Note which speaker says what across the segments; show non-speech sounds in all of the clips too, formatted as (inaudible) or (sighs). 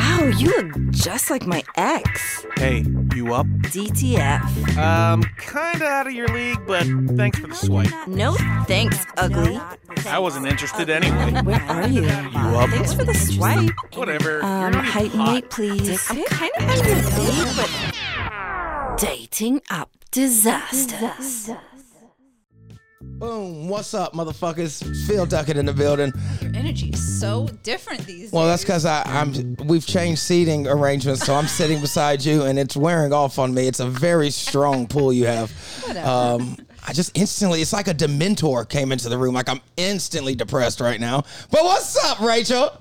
Speaker 1: Oh, you look just like my ex.
Speaker 2: Hey, you up?
Speaker 1: DTF.
Speaker 2: Um, kinda out of your league, but thanks for the swipe.
Speaker 1: No thanks, ugly.
Speaker 2: I wasn't interested anyway.
Speaker 1: (laughs) Where are you? You
Speaker 2: up?
Speaker 1: Thanks for the swipe.
Speaker 2: Whatever. You're
Speaker 1: Um,
Speaker 2: not even
Speaker 1: height and
Speaker 2: hot.
Speaker 1: weight, please. I'm kind of on a date, but dating up disasters.
Speaker 3: Boom. What's up, motherfuckers? Phil Duckett in the building.
Speaker 4: Your energy is so different these
Speaker 3: Well,
Speaker 4: days.
Speaker 3: that's because I'm. We've changed seating arrangements, so I'm sitting beside you, and it's wearing off on me. It's a very strong pull you have. Um, I just instantly. It's like a Dementor came into the room. Like I'm instantly depressed right now. But what's up, Rachel?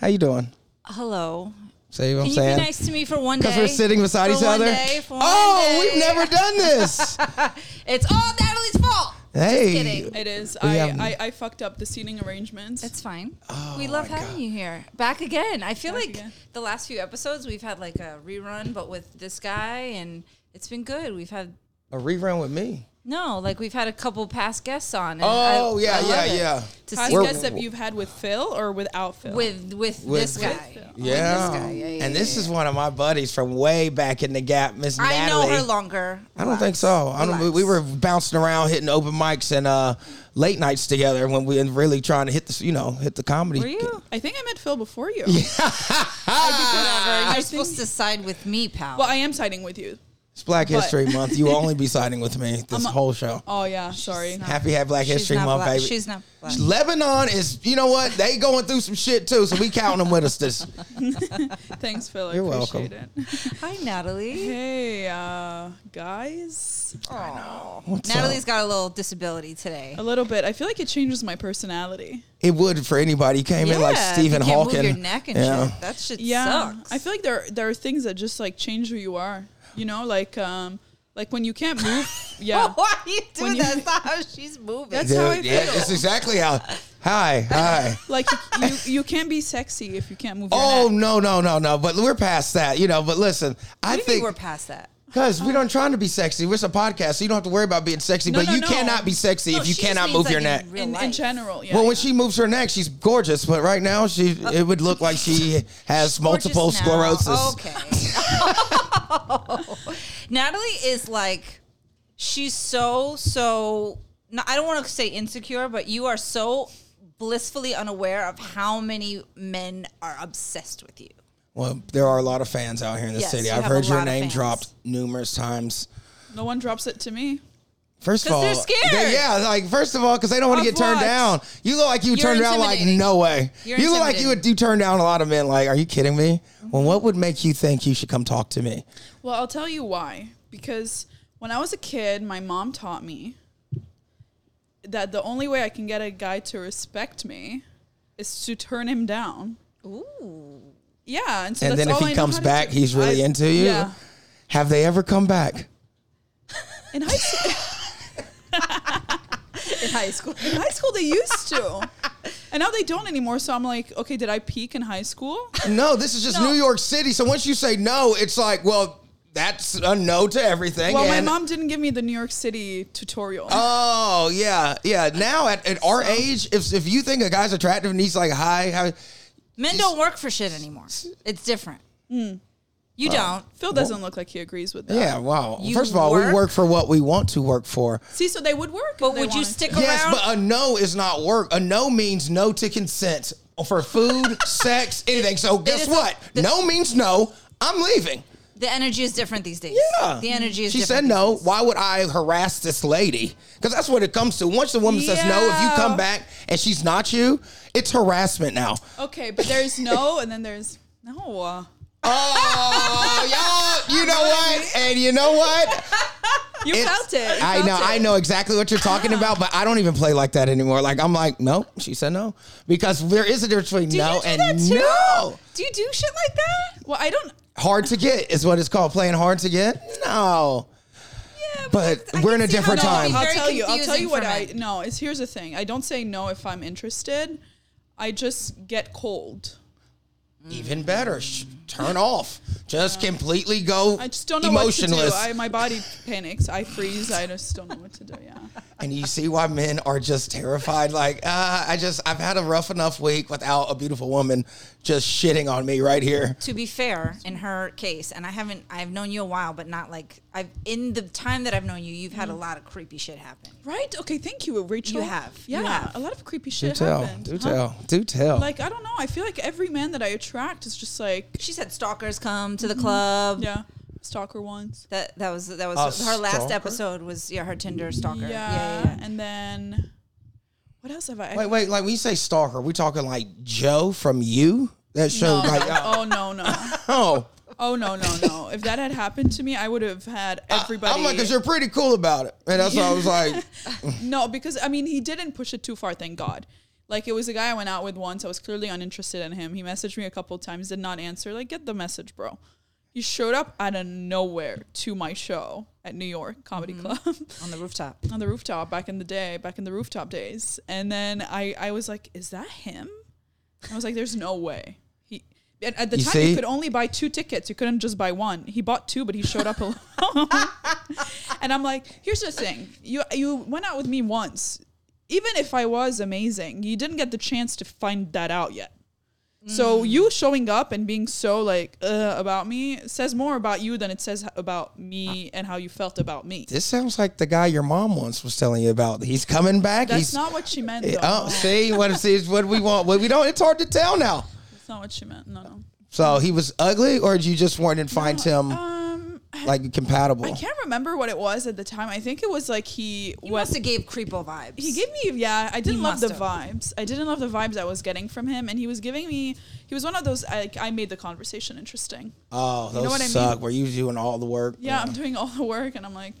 Speaker 3: How you doing?
Speaker 4: Hello.
Speaker 3: See what I'm
Speaker 4: Can you
Speaker 3: saying?
Speaker 4: be nice to me for one day?
Speaker 3: Because we're sitting beside
Speaker 4: For
Speaker 3: each
Speaker 4: one
Speaker 3: other.
Speaker 4: day, for one
Speaker 3: oh,
Speaker 4: day.
Speaker 3: we've never
Speaker 4: (laughs)
Speaker 3: done this.
Speaker 4: It's all Natalie's fault.
Speaker 3: hey,
Speaker 4: kidding.
Speaker 5: It is. I,
Speaker 3: have-
Speaker 5: I, I fucked up the seating arrangements.
Speaker 4: It's fine.
Speaker 3: Oh,
Speaker 4: we love having you here. Back again. I feel like
Speaker 5: again.
Speaker 4: the last few episodes we've had like a rerun, but with this guy, and it's been good. We've had
Speaker 3: a rerun with me.
Speaker 4: no, like we've had a couple past guests on. And
Speaker 3: Oh,
Speaker 4: I-
Speaker 3: yeah,
Speaker 4: I love
Speaker 3: yeah,
Speaker 4: it.
Speaker 3: yeah.
Speaker 4: To
Speaker 5: Past
Speaker 4: see
Speaker 3: We're-
Speaker 5: guests that you've had with Phil or without Phil?
Speaker 4: with with
Speaker 3: With-
Speaker 4: this
Speaker 3: With
Speaker 4: guy.
Speaker 3: Yeah.
Speaker 4: guy. Yeah, yeah,
Speaker 3: and this is one of my buddies from way back in the gap, Miss
Speaker 4: I
Speaker 3: Natalie.
Speaker 4: know her longer.
Speaker 3: I don't think so. I don't, we were bouncing around, hitting open mics and uh, late nights together when we were really trying to hit the, you know, hit the comedy.
Speaker 4: Were you?
Speaker 5: I think I met Phil
Speaker 3: (laughs)
Speaker 5: before you.
Speaker 4: (laughs) Whatever. You're
Speaker 5: think-
Speaker 4: supposed to side with me, pal.
Speaker 5: Well, I am siding with you.
Speaker 3: It's Black
Speaker 5: But-
Speaker 3: History Month.
Speaker 4: (laughs)
Speaker 3: You will only be siding with me this whole show.
Speaker 5: Oh yeah, sorry.
Speaker 3: Happy Happy Black
Speaker 4: She's
Speaker 3: History
Speaker 4: not
Speaker 3: Month,
Speaker 4: black.
Speaker 3: baby.
Speaker 4: She's not black.
Speaker 3: Lebanon is, you know what? They going through some shit too, so we counting them with us. This
Speaker 5: Thanks, Phil. I
Speaker 3: You're
Speaker 5: appreciate it.
Speaker 4: Hi, Natalie.
Speaker 5: Hey, uh, guys.
Speaker 4: Natalie's got a little disability today.
Speaker 5: A little bit. I feel like it changes my personality.
Speaker 3: it would for anybody came in like
Speaker 4: if
Speaker 3: Stephen
Speaker 4: you can't
Speaker 3: Hawking.
Speaker 4: Move your neck and shit. That shit
Speaker 5: Yeah.
Speaker 4: sucks. (laughs)
Speaker 5: I feel like there there are things that just like change who you are. You know, like um, like when you can't
Speaker 4: (laughs)
Speaker 5: move. Yeah.
Speaker 4: Why are you doing
Speaker 5: When you-
Speaker 4: that? That's not how she's moving.
Speaker 5: That's
Speaker 3: Dude,
Speaker 5: how I
Speaker 3: yeah,
Speaker 5: feel.
Speaker 3: it's exactly how. Hi,
Speaker 4: (laughs)
Speaker 3: hi.
Speaker 5: Like you, you, you can't be sexy if you can't move. Your
Speaker 3: Oh
Speaker 5: neck.
Speaker 3: no, no, no, no. But we're past that, you know. But listen, I
Speaker 4: I think
Speaker 3: think
Speaker 4: we're past that.
Speaker 3: Because we don't trying to be sexy. We're a podcast, so you don't have to worry about being sexy.
Speaker 5: No,
Speaker 3: but
Speaker 5: no,
Speaker 3: you
Speaker 5: no.
Speaker 3: cannot be sexy
Speaker 4: No,
Speaker 3: if you
Speaker 4: she just
Speaker 3: cannot
Speaker 4: means,
Speaker 3: move
Speaker 4: like,
Speaker 3: your
Speaker 4: in
Speaker 3: neck.
Speaker 4: real
Speaker 5: in, in
Speaker 4: life.
Speaker 5: general. Yeah.
Speaker 3: Well, when she moves her neck, she's gorgeous. But right now, she it would look
Speaker 4: (laughs)
Speaker 3: like she has
Speaker 4: Uh, Gorgeous
Speaker 3: multiple
Speaker 4: now.
Speaker 3: sclerosis.
Speaker 4: Okay. (laughs) Natalie is like, she's so, so, no, I don't want to say insecure, but you are so blissfully unaware of how many men are obsessed with you.
Speaker 3: Well, there are a lot of fans out here in the
Speaker 4: Yes,
Speaker 3: city.
Speaker 4: you
Speaker 3: I've
Speaker 4: have a
Speaker 3: heard your
Speaker 4: lot of
Speaker 3: name
Speaker 4: fans.
Speaker 3: dropped numerous times.
Speaker 5: no one drops it to me.
Speaker 3: First of
Speaker 4: 'Cause
Speaker 3: all,
Speaker 4: they're scared.
Speaker 3: yeah, like first of all, because they don't want to
Speaker 5: Of
Speaker 3: get turned
Speaker 5: what?
Speaker 3: down. You look like you turned down. Like
Speaker 4: intimidating.
Speaker 3: no way.
Speaker 4: You're
Speaker 3: you look like you would
Speaker 4: intimidating.
Speaker 3: you turn down a lot of men. Like, are you kidding me? Well, what would make you think you should come talk to me?
Speaker 5: Well, I'll tell you why. Because when I was a kid, my mom taught me that the only way I can get a guy to respect me is to turn him down.
Speaker 4: Ooh.
Speaker 5: Yeah, and so
Speaker 3: And
Speaker 5: that's
Speaker 3: then if
Speaker 5: all
Speaker 3: he
Speaker 5: I know
Speaker 3: comes
Speaker 5: how to
Speaker 3: back,
Speaker 5: do.
Speaker 3: he's really
Speaker 5: I-
Speaker 3: into you?
Speaker 5: Yeah,
Speaker 3: Have they ever come back?
Speaker 5: in high (laughs) school,
Speaker 4: In high school.
Speaker 5: in high school they used to, and now they don't anymore. So I'm like, okay, did I peak in high school?
Speaker 3: No, this is just New York City. So once you say no, it's like, well, that's a no to everything.
Speaker 5: Well, my
Speaker 3: and-
Speaker 5: mom didn't give me the New York City tutorial.
Speaker 3: Oh yeah, yeah. Now at, at our age, if if you think a guy's attractive and he's like hi, how,
Speaker 4: Men don't work for shit anymore. It's different.
Speaker 3: Hmm.
Speaker 4: You don't.
Speaker 5: Phil doesn't look like he agrees with that.
Speaker 3: yeah, wow.
Speaker 4: You
Speaker 3: First of all, we
Speaker 4: work-
Speaker 3: work for what we want to work for.
Speaker 5: See, so they would work. if
Speaker 4: But
Speaker 5: they
Speaker 4: would you
Speaker 5: wanted to.
Speaker 4: stick
Speaker 3: Yes,
Speaker 4: around?
Speaker 3: but uh, a no is not work. A no means no to consent for food, sex, anything. So guess
Speaker 4: is a-
Speaker 3: what?
Speaker 4: the-
Speaker 3: no means no. I'm leaving.
Speaker 4: the energy is different these days.
Speaker 3: Yeah.
Speaker 4: The energy is
Speaker 3: She
Speaker 4: different.
Speaker 3: said
Speaker 4: these
Speaker 3: no.
Speaker 4: days.
Speaker 3: Why would I harass this lady? Because that's what it comes to. Once the woman says no, if you
Speaker 5: Yeah.
Speaker 3: come back and she's not you, it's harassment now.
Speaker 5: Okay, but there's no, and then there's no. uh,
Speaker 3: Oh, y'all, you (laughs) know what? And you know what?
Speaker 5: You felt it. you
Speaker 3: I know,
Speaker 5: felt it.
Speaker 3: I know exactly what you're talking about, but I don't even play like that anymore. Like I'm like, no, she said no, because there is a difference between
Speaker 4: Do
Speaker 3: no
Speaker 4: you do
Speaker 3: and
Speaker 4: that too?
Speaker 3: no.
Speaker 4: Do you do shit like that?
Speaker 5: Well, I don't.
Speaker 3: Hard to get is what it's called. Playing hard to get. No,
Speaker 4: Yeah,
Speaker 3: but we're in a different
Speaker 4: that would be
Speaker 3: time.
Speaker 5: I'll
Speaker 4: very
Speaker 5: tell you. I'll tell
Speaker 4: confusing
Speaker 5: you what
Speaker 4: for
Speaker 5: I.
Speaker 4: men.
Speaker 5: No, it's here's the thing. I don't say no if I'm interested. I just get cold.
Speaker 3: Even better. Sh- Turn off. Just completely go
Speaker 5: I just don't know
Speaker 3: emotionless.
Speaker 5: what to do. I, my body panics. I freeze. I just don't know what to do. Yeah.
Speaker 3: and you see why men are just terrified. Like, uh, I just, I've had a rough enough week without a beautiful woman just shitting on me right here.
Speaker 4: to be fair in her case and i haven't i've known you a while but not like i've in the time that i've known you you've had
Speaker 5: Mm-hmm.
Speaker 4: a lot of creepy shit happen
Speaker 5: Right? Okay. Thank you, Rachel.
Speaker 4: You have, you
Speaker 5: Yeah.
Speaker 4: have.
Speaker 5: A lot of creepy
Speaker 3: Do
Speaker 5: shit
Speaker 3: tell,
Speaker 5: happened.
Speaker 3: do
Speaker 5: huh?
Speaker 3: tell, do tell.
Speaker 5: Like I don't know. I feel like every man that I attract is just like (laughs)
Speaker 4: she's had stalkers come to the club
Speaker 5: Mm-hmm. yeah, stalker once.
Speaker 4: that that was that was
Speaker 3: A
Speaker 4: her last
Speaker 3: stalker?
Speaker 4: episode was yeah her tinder stalker
Speaker 5: Yeah.
Speaker 4: yeah yeah, yeah.
Speaker 5: And then what else have I?
Speaker 3: wait, wait, like when you say stalker, we talking like Joe from you? That
Speaker 5: No.
Speaker 3: show, like, uh,
Speaker 5: oh no no. (laughs)
Speaker 3: oh.
Speaker 5: Oh no no no! If that had happened to me, I would have had everybody.
Speaker 3: Uh, I'm like, because you're pretty cool about it. And that's why I was
Speaker 5: (laughs)
Speaker 3: like,
Speaker 5: No, because I mean, he didn't push it too far, thank God. Like, it was a guy I went out with once. I was clearly uninterested in him. He messaged me a couple times, did not answer. Like, get the message, bro. He showed up out of nowhere to my show at New York Comedy
Speaker 3: Mm-hmm.
Speaker 5: Club (laughs)
Speaker 4: on the rooftop
Speaker 5: on the rooftop back in the day, back in the rooftop days. And then I, I was like, is that him? I was like, there's no way. He, at, at the
Speaker 3: You
Speaker 5: time,
Speaker 3: see?
Speaker 5: you could only buy two tickets. You couldn't just buy one. He bought two, but he showed up alone. (laughs) and I'm like, here's the thing: you you went out with me once. Even if I was amazing, you didn't get the chance to find that out yet. So you showing up and being so like uh, about me says more about you than it says about me and how you felt about me.
Speaker 3: this sounds like the guy your mom once was telling you about. He's coming back.
Speaker 5: That's
Speaker 3: he's
Speaker 5: not what she meant. Though.
Speaker 3: Oh, see what see is what we want. What we don't. It's hard to tell now.
Speaker 5: That's not what she meant. No, no.
Speaker 3: So he was ugly, or you just wanted to find him
Speaker 5: Um, I
Speaker 3: like compatible?
Speaker 5: can't remember what it was at the time. I think it was like he
Speaker 4: he
Speaker 5: was.
Speaker 4: must have gave creepo vibes
Speaker 5: He gave me, yeah, I didn't
Speaker 4: He
Speaker 5: love the
Speaker 4: must
Speaker 5: vibes. I didn't love the vibes I was getting from him, and he was giving me. He was one of those. Like, I made the conversation interesting.
Speaker 3: oh, those
Speaker 5: know what I mean?
Speaker 3: suck. Where you doing all the work?
Speaker 5: Yeah, I'm doing all the work, and I'm like,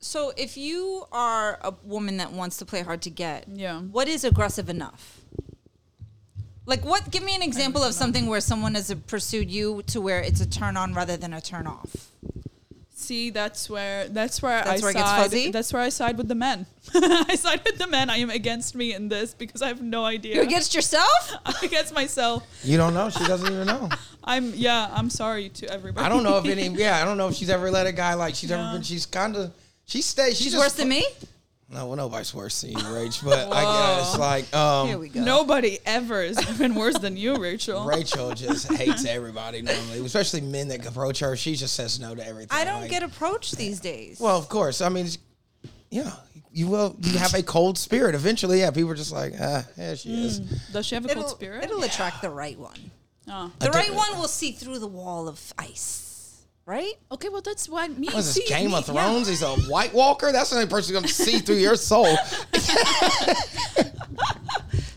Speaker 4: so if you are a woman that wants to play hard to get
Speaker 5: Yeah.
Speaker 4: what is aggressive enough like what give me an example of something where someone has uh, pursued you to where it's a turn on rather than a turn off
Speaker 5: see, that's where that's where
Speaker 4: That's
Speaker 5: I
Speaker 4: where it
Speaker 5: side.
Speaker 4: gets fuzzy?
Speaker 5: That's where I side with the men. (laughs) I side with the men. I am against me in this because I have no idea.
Speaker 4: You're against yourself?
Speaker 5: I'm (laughs) against myself.
Speaker 3: You don't know. She doesn't even know.
Speaker 5: I'm yeah. I'm sorry to everybody.
Speaker 3: I don't know if
Speaker 5: (laughs)
Speaker 3: any. Yeah, I don't know if she's ever let a guy like she's ever
Speaker 5: No.
Speaker 3: been. She's kind of. She stays. She's
Speaker 4: She's
Speaker 3: just-
Speaker 4: worse than me?
Speaker 3: No, well, nobody's worse than you, Rach. But
Speaker 5: (laughs)
Speaker 3: I guess like um,
Speaker 4: Here we go.
Speaker 5: Nobody ever has (laughs) been worse than you,
Speaker 4: (laughs)
Speaker 5: Rachel.
Speaker 3: Rachel just hates everybody normally, especially men that approach her. She just says no to everything.
Speaker 4: I don't
Speaker 3: like-
Speaker 4: get approached these days.
Speaker 3: Well, of course. I mean, it's- yeah, you will. You have a cold spirit eventually. Yeah, people are just like, ah, yeah, she is.
Speaker 4: Hmm.
Speaker 5: Does she have a
Speaker 4: it'll,
Speaker 5: cold spirit?
Speaker 4: it'll attract the right one.
Speaker 5: Oh.
Speaker 4: The
Speaker 3: do-
Speaker 4: right one will see through the wall of ice, right?
Speaker 5: Okay, well that's why me.
Speaker 3: What is
Speaker 5: see,
Speaker 3: this Game
Speaker 5: me-
Speaker 3: of
Speaker 5: yeah.
Speaker 3: Thrones? He's a White Walker. That's the only person going to see through
Speaker 4: (laughs)
Speaker 3: your soul.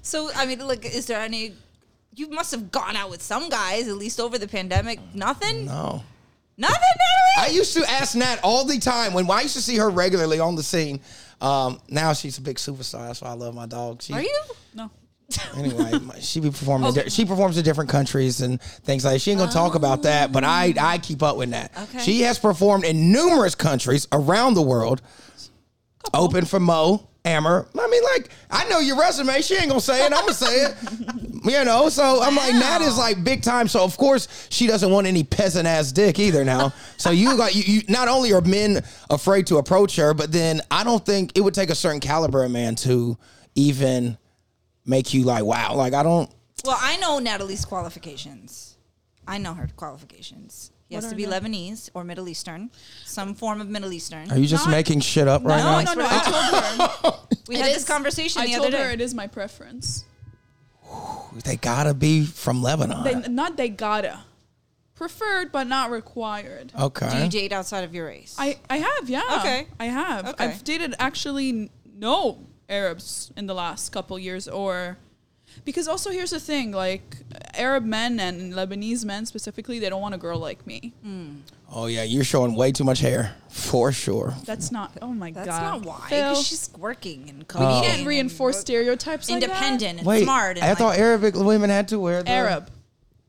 Speaker 4: So, I mean, like, is there any. You must have gone out with some guys, at least over the pandemic. Nothing?
Speaker 3: No.
Speaker 4: Nothing,
Speaker 3: I
Speaker 4: Natalie?
Speaker 3: used to ask Nat all the time when I used to see her regularly on the scene. Um, now she's a big superstar. That's why I love my dog. She,
Speaker 4: Are you?
Speaker 5: No.
Speaker 3: anyway, my- she be performing. in di- she performs in different countries and things like. She ain't gonna talk about that, but I I keep up with that.
Speaker 4: Okay.
Speaker 3: She has performed in numerous countries around the world. Open for Mo Ammer. I mean, like I know your resume. She ain't gonna say it. I'm gonna say it. You know, so I'm like, Nat is like big time. So of course she doesn't want any peasant ass dick either now. So you like you, you not only are men afraid to approach her, but then I don't think it would take a certain caliber of man to even make you like, wow, like I don't.
Speaker 4: Well, I know Natalie's qualifications. I know her qualifications. He has
Speaker 5: What
Speaker 4: to
Speaker 5: are
Speaker 4: be
Speaker 5: they?
Speaker 4: Lebanese or Middle Eastern, some form of Middle Eastern.
Speaker 3: Are you just
Speaker 5: No, I-
Speaker 3: making shit up right
Speaker 5: No,
Speaker 3: now?
Speaker 5: no, no, I told her.
Speaker 4: we had
Speaker 5: It
Speaker 4: this
Speaker 5: is-
Speaker 4: conversation
Speaker 5: I
Speaker 4: the
Speaker 5: told
Speaker 4: other day.
Speaker 5: her it is my preference.
Speaker 3: They gotta be from Lebanon.
Speaker 5: They, not they gotta. Preferred, but not required.
Speaker 4: Do
Speaker 3: okay.
Speaker 4: you date outside of your race?
Speaker 5: I, I have, yeah.
Speaker 4: Okay.
Speaker 5: I have.
Speaker 4: Okay.
Speaker 5: I've dated actually n- no Arabs in the last couple years or because also here's the thing, like Arab men and Lebanese men specifically, they don't want a girl like me.
Speaker 4: Mm-hmm.
Speaker 3: oh yeah, you're showing way too much hair for sure.
Speaker 5: That's not. Oh my
Speaker 4: That's
Speaker 5: god.
Speaker 4: not why.
Speaker 5: Phil,
Speaker 4: 'cause she's working and
Speaker 5: we
Speaker 4: cooking.
Speaker 3: Oh.
Speaker 5: can't reinforce stereotypes. like that.
Speaker 4: independent and
Speaker 3: Wait,
Speaker 4: smart. And
Speaker 3: I
Speaker 4: like,
Speaker 3: thought Arabic women had to wear the
Speaker 5: Arab.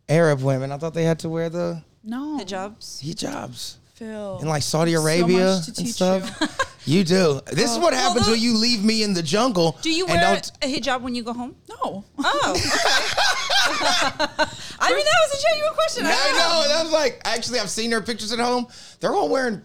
Speaker 3: Arab women. I thought they had to wear the
Speaker 5: No.
Speaker 4: jobs.
Speaker 3: hijabs
Speaker 5: Phil.
Speaker 3: in like Saudi
Speaker 5: So much
Speaker 3: Arabia
Speaker 5: to
Speaker 3: and
Speaker 5: teach
Speaker 3: stuff. (laughs) You. do. This is what happens
Speaker 4: those-
Speaker 3: when you leave me in the jungle.
Speaker 4: Do you
Speaker 3: and
Speaker 4: wear
Speaker 3: don't-
Speaker 4: a hijab when you go home?
Speaker 5: No.
Speaker 4: Oh, okay. (laughs) I mean, that was a genuine question.
Speaker 3: I
Speaker 4: I don't know.
Speaker 3: know. And I was like, actually, I've seen their pictures at home. They're all wearing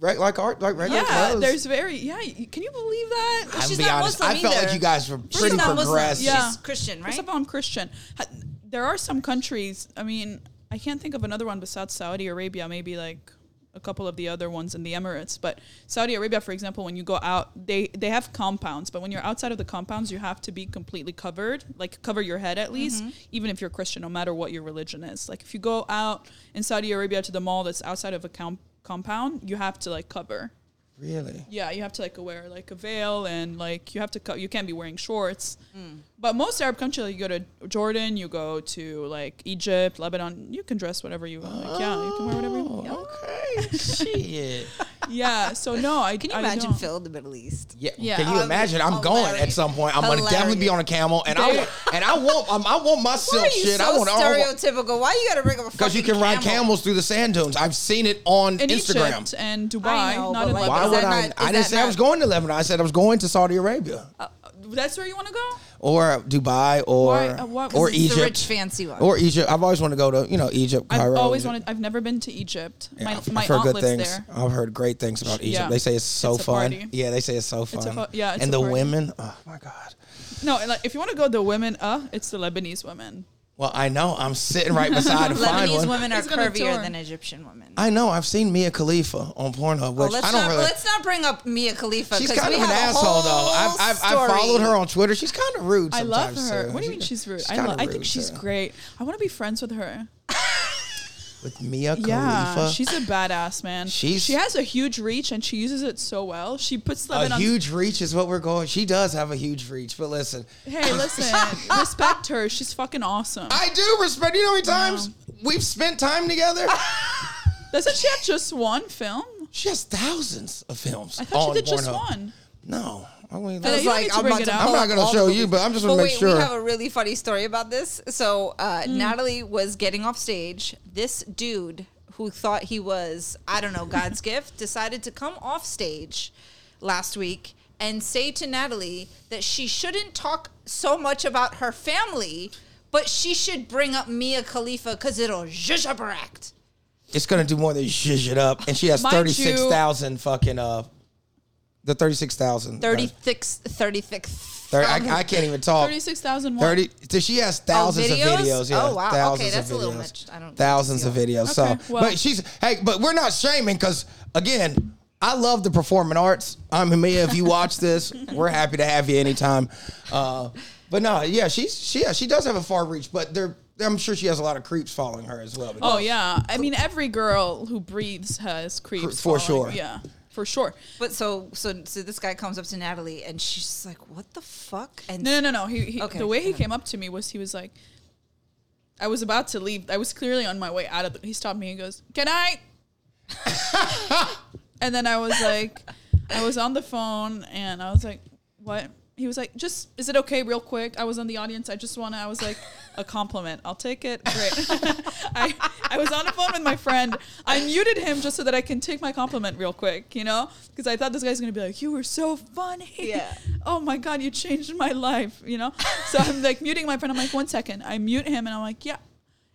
Speaker 3: right, like art, like regular
Speaker 5: yeah,
Speaker 3: clothes.
Speaker 5: there's very yeah. y- Can you believe that?
Speaker 3: I'm
Speaker 4: she's
Speaker 3: be
Speaker 4: not
Speaker 3: honest.
Speaker 4: Muslim
Speaker 3: I felt
Speaker 4: either.
Speaker 3: like you guys were
Speaker 4: She's
Speaker 3: pretty
Speaker 4: not Muslim.
Speaker 3: progressive.
Speaker 4: Yeah. She's Christian,
Speaker 5: First
Speaker 4: right?
Speaker 5: of all, I'm Christian. Ha- There are some countries. I mean, I can't think of another one besides Saudi Arabia. Maybe like a couple of the other ones in the Emirates. But Saudi Arabia, for example, when you go out, they they have compounds. But when you're outside of the compounds, you have to be completely covered, like cover your head at least,
Speaker 4: Mm-hmm.
Speaker 5: even if you're Christian, no matter what your religion is. Like if you go out in Saudi Arabia to the mall that's outside of a com- compound, you have to like cover.
Speaker 3: Really?
Speaker 5: Yeah, you have to like wear like a veil and like you have to co- you can't be wearing shorts.
Speaker 4: Mm.
Speaker 5: But most Arab countries, like, you go to Jordan, you go to like Egypt, Lebanon, you can dress whatever you want. Like, yeah, you can wear whatever you
Speaker 4: Oh.
Speaker 5: want. Yeah.
Speaker 3: Oh,
Speaker 4: (laughs)
Speaker 3: Okay. Shit.
Speaker 5: Yeah, so no, I
Speaker 4: Can you
Speaker 5: I
Speaker 4: imagine
Speaker 5: don't.
Speaker 4: Phil in the Middle East?
Speaker 3: Yeah.
Speaker 5: Yeah.
Speaker 3: Can you imagine? I'm going at
Speaker 4: Hilarious.
Speaker 3: some point. I'm gonna definitely be
Speaker 4: Hilarious.
Speaker 3: on a camel, and I
Speaker 5: They-
Speaker 3: want, and I want um, I want my
Speaker 4: Why
Speaker 3: silk
Speaker 4: are you
Speaker 3: shit. I
Speaker 4: so
Speaker 3: want all
Speaker 4: stereotypical? Why you gotta bring up a
Speaker 3: because you can
Speaker 4: fucking
Speaker 3: ride
Speaker 4: camel?
Speaker 3: camels through the sand dunes. I've seen it on
Speaker 5: in
Speaker 3: Instagram.
Speaker 5: Egypt and
Speaker 4: I
Speaker 5: Dubai,
Speaker 4: know,
Speaker 5: not
Speaker 4: but,
Speaker 5: in
Speaker 4: like,
Speaker 3: Why
Speaker 4: Is
Speaker 5: Lebanon.
Speaker 3: would
Speaker 4: that
Speaker 3: I?
Speaker 4: not-
Speaker 3: I
Speaker 4: is
Speaker 3: didn't
Speaker 4: that
Speaker 3: say I was
Speaker 4: not- Oh.
Speaker 3: going to Lebanon. I said I was going to Saudi Arabia
Speaker 5: That's where you want to go?
Speaker 3: or Dubai or
Speaker 5: Why- uh, what- 'Cause
Speaker 3: or
Speaker 5: it's
Speaker 4: It's
Speaker 3: Egypt
Speaker 4: the rich fancy one.
Speaker 3: or Egypt. I've always wanted to go to you know Egypt. Cairo,
Speaker 5: I've always
Speaker 3: Egypt.
Speaker 5: wanted I've never been to Egypt.
Speaker 3: Yeah,
Speaker 5: my
Speaker 3: I've-
Speaker 5: my
Speaker 3: I've heard
Speaker 5: aunt
Speaker 3: good
Speaker 5: lives
Speaker 3: things.
Speaker 5: there.
Speaker 3: I've heard great things about Egypt.
Speaker 5: Yeah.
Speaker 3: They say it's so
Speaker 5: It's a
Speaker 3: fun.
Speaker 5: party.
Speaker 3: Yeah, they say it's so fun.
Speaker 5: a fu- yeah, it's
Speaker 3: and
Speaker 5: a
Speaker 3: the
Speaker 5: party.
Speaker 3: women. Oh my god.
Speaker 5: No, and, like if you want to go the women, uh, it's the Lebanese women.
Speaker 3: Well, I know. I'm sitting
Speaker 5: (laughs)
Speaker 3: right beside a fine
Speaker 4: Lebanese
Speaker 3: one.
Speaker 4: women are
Speaker 5: He's gonna
Speaker 4: curvier
Speaker 5: tour.
Speaker 4: than Egyptian women.
Speaker 3: I know. I've seen Mia Khalifa on Pornhub,
Speaker 4: Oh,
Speaker 3: which
Speaker 4: let's
Speaker 3: I don't
Speaker 4: not
Speaker 3: really.
Speaker 4: let's not bring up Mia Khalifa.
Speaker 3: She's
Speaker 4: 'cause
Speaker 3: kind
Speaker 4: we
Speaker 3: of an
Speaker 4: have a
Speaker 3: asshole, though.
Speaker 4: whole
Speaker 3: I've, I've, I've
Speaker 4: story.
Speaker 3: followed her on Twitter. She's kind of rude.
Speaker 5: I love
Speaker 3: sometimes,
Speaker 5: her.
Speaker 3: too.
Speaker 5: What do you
Speaker 3: She-
Speaker 5: mean she's rude? I,
Speaker 3: kinda
Speaker 5: lo- I think
Speaker 3: rude,
Speaker 5: she's
Speaker 3: too.
Speaker 5: great. I want to be friends with her.
Speaker 3: with Mia Khalifa.
Speaker 5: Yeah, she's a badass man.
Speaker 3: She's-
Speaker 5: she has a huge reach and she uses it so well. She puts
Speaker 3: a
Speaker 5: Lebanon.
Speaker 3: huge reach is what we're going. She does have a huge reach, but listen,
Speaker 5: (laughs)
Speaker 3: (laughs)
Speaker 5: hey, listen, respect her. She's fucking awesome.
Speaker 3: I do respect. You know how many times we've spent time
Speaker 5: (laughs)
Speaker 3: together?
Speaker 5: Doesn't she have just one film?
Speaker 3: she has thousands of films.
Speaker 5: I thought
Speaker 3: on
Speaker 5: she did just
Speaker 3: Pornhub.
Speaker 5: one.
Speaker 3: No, I mean,
Speaker 5: I
Speaker 4: It's
Speaker 5: You don't need
Speaker 4: like,
Speaker 5: to
Speaker 4: I'm
Speaker 5: bring
Speaker 4: about
Speaker 5: it
Speaker 4: to
Speaker 5: up. Oh,
Speaker 3: I'm
Speaker 4: pull
Speaker 3: not
Speaker 4: up
Speaker 3: gonna
Speaker 4: all
Speaker 3: show
Speaker 4: the
Speaker 3: you,
Speaker 4: movies.
Speaker 3: but I'm just
Speaker 4: But
Speaker 3: gonna
Speaker 4: wait,
Speaker 3: make
Speaker 4: we
Speaker 3: sure.
Speaker 4: have a really funny story about this. So uh,
Speaker 5: Hmm.
Speaker 4: Natalie was getting off stage. This dude who thought he was, I don't know,
Speaker 5: (laughs)
Speaker 4: God's gift, decided to come off stage last week and say to Natalie that she shouldn't talk so much about her family, but she should bring up Mia Khalifa because it'll zhuzh up her act.
Speaker 3: it's gonna do more than zhuzh it up, and she has
Speaker 5: Mind
Speaker 3: thirty
Speaker 5: you-
Speaker 3: six thousand fucking uh, the thirty six thousand
Speaker 4: 36th, 36th.
Speaker 3: I, I can't even talk.
Speaker 5: Thirty-six thousand one.
Speaker 3: Thirty. So she has thousands
Speaker 4: Oh, videos?
Speaker 3: of videos. Yeah,
Speaker 4: Oh, wow. Okay,
Speaker 3: Thousands
Speaker 4: that's
Speaker 3: of
Speaker 4: a
Speaker 3: videos.
Speaker 4: little much. I don't-
Speaker 3: thousands of videos. so,
Speaker 5: Okay, well-
Speaker 3: but she's hey, but we're not shaming because again, I love the performing arts. I'm Mia. If you
Speaker 4: (laughs)
Speaker 3: watch this, we're happy to have you anytime. Uh, but no, yeah, she's she yeah she does have a far reach, but there I'm sure she has a lot of creeps following her as well.
Speaker 5: Oh yeah. I mean, every girl who breathes has creeps.
Speaker 3: For
Speaker 5: following-
Speaker 3: sure.
Speaker 5: Yeah, for sure.
Speaker 4: But so so so this guy comes up to Natalie and she's just like, "What the fuck?" And
Speaker 5: No, no, no, no. He, he
Speaker 4: Okay,
Speaker 5: the way he
Speaker 4: okay.
Speaker 5: came up to me was he was like, I was about to leave. I was clearly on my way out of. The, he stopped me and goes, "Can I?" and then I was like, I was on the phone and I was like, "What?" He was like, "Just is it okay, real quick?" I was on the audience. I just want to. I was like, "A compliment. I'll take it." Great. (laughs) I I was on the phone with my friend. I muted him just so that I can take my compliment real quick, you know, because I thought this guy's gonna be like, "You were so funny."
Speaker 4: Yeah.
Speaker 5: oh my god you changed my life you know so i'm like muting my friend i'm like one second i mute him and i'm like yeah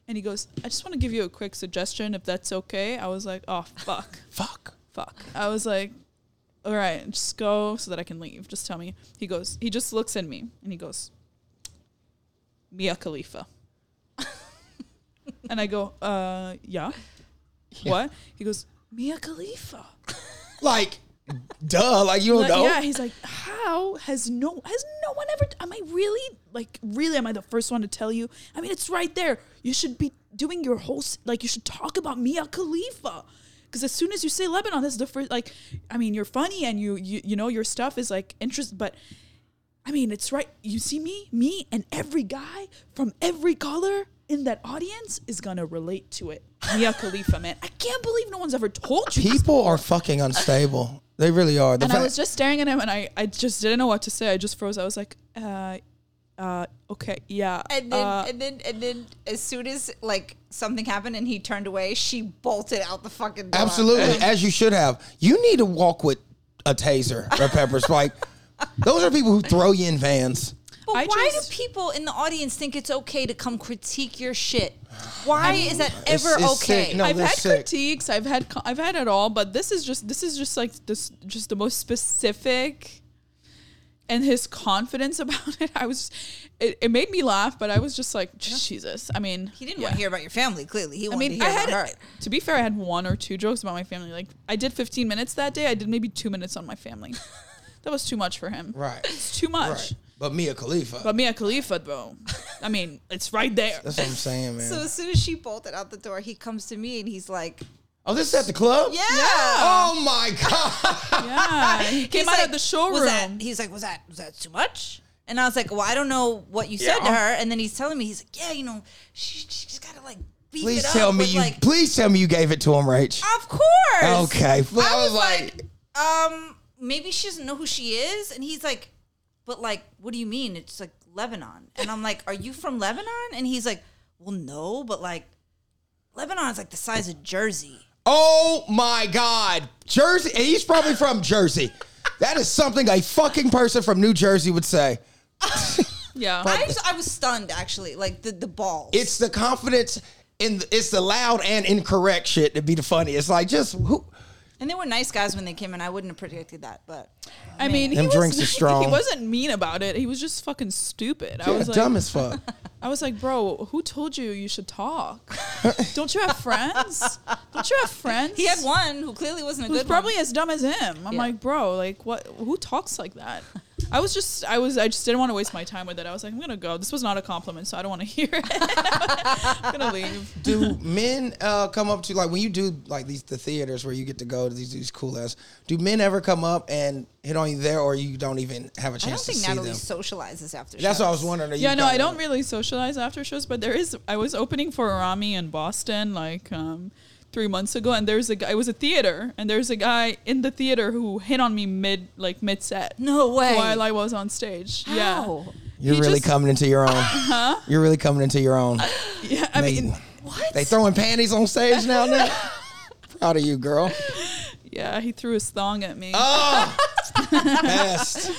Speaker 5: and he goes i just want to give you a quick suggestion if that's okay i was like oh fuck
Speaker 3: fuck.
Speaker 5: fuck i was like all right just go so that i can leave just tell me he goes he just looks at me and he goes mia khalifa (laughs) and i go uh yeah what he goes mia khalifa
Speaker 3: Like, duh. Like you don't
Speaker 5: like,
Speaker 3: know.
Speaker 5: Yeah, he's like, how has no has no one ever? Am I really like really? Am I the first one to tell you? I mean, it's right there. You should be doing your whole s- like you should talk about Mia Khalifa. Because as soon as you say Lebanon, that's the first. Like, I mean, you're funny and you you you know your stuff is like interest, but I mean, it's right. You see me, me, and every guy from every color in that audience is gonna relate to it. Mia Khalifa, man, I can't believe no one's ever told you. this
Speaker 3: People are fucking unstable. They really are. The
Speaker 5: and I
Speaker 3: fact-
Speaker 5: was just staring at him, and I, I just didn't know what to say. I just froze. I was like, uh, uh, okay, yeah.
Speaker 4: And then,
Speaker 5: uh,
Speaker 4: and then, and then, as soon as like something happened and he turned away, she bolted out the fucking door.
Speaker 3: Absolutely, as you should have. You need to walk with a taser or pepper spike. Those are people who throw you in vans.
Speaker 4: But
Speaker 5: I
Speaker 4: why
Speaker 5: just-
Speaker 4: do people in the audience think it's okay to come critique your shit?
Speaker 5: (sighs)
Speaker 4: Why is that
Speaker 3: It's-
Speaker 4: ever
Speaker 3: it's
Speaker 4: okay?
Speaker 3: sick. No,
Speaker 5: I've
Speaker 3: they're
Speaker 5: had
Speaker 3: sick.
Speaker 5: critiques. I've had co- I've had it all, but this is just this is just like this just the most specific. And his confidence (laughs) about it, I was, it, it made me laugh, but I was just like, Jesus. I mean,
Speaker 4: He didn't want to hear about your family. Clearly, he
Speaker 5: I
Speaker 4: wanted
Speaker 5: mean,
Speaker 4: to
Speaker 5: I
Speaker 4: hear
Speaker 5: had
Speaker 4: about her.
Speaker 5: to be fair, I had one or two jokes about my family. Like I did 15 minutes that day. I did maybe two minutes on
Speaker 4: (laughs)
Speaker 5: my family. that was too much for him.
Speaker 3: Right.
Speaker 5: It's too much.
Speaker 3: Right. But Mia Khalifa.
Speaker 5: But Mia Khalifa, though, I mean, it's right there.
Speaker 3: that's what I'm saying, man.
Speaker 4: So as soon as she bolted out the door, he comes to me and he's like,
Speaker 3: oh, this is at the club?
Speaker 4: "Yeah."
Speaker 3: Oh my god.
Speaker 5: Yeah, he
Speaker 4: (laughs)
Speaker 5: came
Speaker 4: He's
Speaker 5: out
Speaker 4: like,
Speaker 5: of the
Speaker 4: "Was that-"
Speaker 5: showroom.
Speaker 4: He's like, "Was that was that too much?" And I was like, "Well, I don't know what you said to
Speaker 2: Yeah.
Speaker 4: her." And then he's telling me, he's like, "Yeah, you know, she she's got to like beef
Speaker 3: please
Speaker 4: it
Speaker 3: tell
Speaker 4: up
Speaker 3: me
Speaker 4: with,
Speaker 3: you
Speaker 4: like,
Speaker 3: please tell me you gave it to him, Rach.
Speaker 4: of course."
Speaker 3: Okay. I (laughs)
Speaker 4: I was like, um, maybe she doesn't know who she is. And he's like, but like, what do you mean? It's like Lebanon. And I'm like, are you from Lebanon? And he's like, well, no, but like, Lebanon's like the size of Jersey.
Speaker 3: Oh my God. Jersey. And he's probably from Jersey. That is something a fucking person from New Jersey would say.
Speaker 5: yeah,
Speaker 4: I, was, I was stunned, actually. Like, the, the balls.
Speaker 3: It's the confidence in it's the loud and incorrect shit to be the funniest. Like just who
Speaker 4: and they were nice guys when they came in. I wouldn't have predicted that, but
Speaker 5: I mean, (laughs) he
Speaker 3: Them drinks
Speaker 5: was,
Speaker 3: are strong.
Speaker 5: He wasn't mean about it. He was just fucking stupid. I
Speaker 3: yeah, (laughs)
Speaker 5: was like,
Speaker 3: dumb as
Speaker 5: (laughs)
Speaker 3: fuck.
Speaker 5: I was like, bro, who told you you
Speaker 3: (laughs)
Speaker 5: should talk? Don't you have friends? Don't you have friends?
Speaker 4: he had one who clearly wasn't a
Speaker 5: who's
Speaker 4: good
Speaker 5: probably
Speaker 4: one.
Speaker 5: as dumb as him. I'm
Speaker 4: Yeah.
Speaker 5: like, bro, like what? Who talks like that? I was just, I was, I just didn't want to waste my time with it. I was like, I'm gonna go. This was not a compliment, so I don't want to (laughs) hear it. I'm gonna leave.
Speaker 3: do men uh, come up to like when you do like these the theaters where you get to go to these these cool ass? Do men ever come up and hit on you there, or you don't even have a
Speaker 4: I don't
Speaker 3: chance to
Speaker 4: think
Speaker 3: see
Speaker 4: Natalie
Speaker 3: them?
Speaker 4: socializes after
Speaker 3: That's what I
Speaker 4: shows.
Speaker 3: was wondering. Are you
Speaker 5: yeah, no,
Speaker 3: kinda-
Speaker 5: I don't really socialize after shows, but there is. I was opening for Arami in Boston like um, three months ago, and there's a guy. It was a theater, and there's a guy in the theater who hit on me mid like mid set.
Speaker 4: No way.
Speaker 5: While I was on stage.
Speaker 4: How?
Speaker 5: Yeah.
Speaker 3: You're
Speaker 5: He
Speaker 3: really
Speaker 5: just- Uh-huh.
Speaker 3: coming into your own. You're really coming into your own.
Speaker 5: (laughs) Yeah, I mean,
Speaker 3: what? They throwing panties on stage now.
Speaker 5: (laughs)
Speaker 3: Now, proud of you, girl.
Speaker 5: yeah, he threw his thong at me.
Speaker 3: Oh. Best.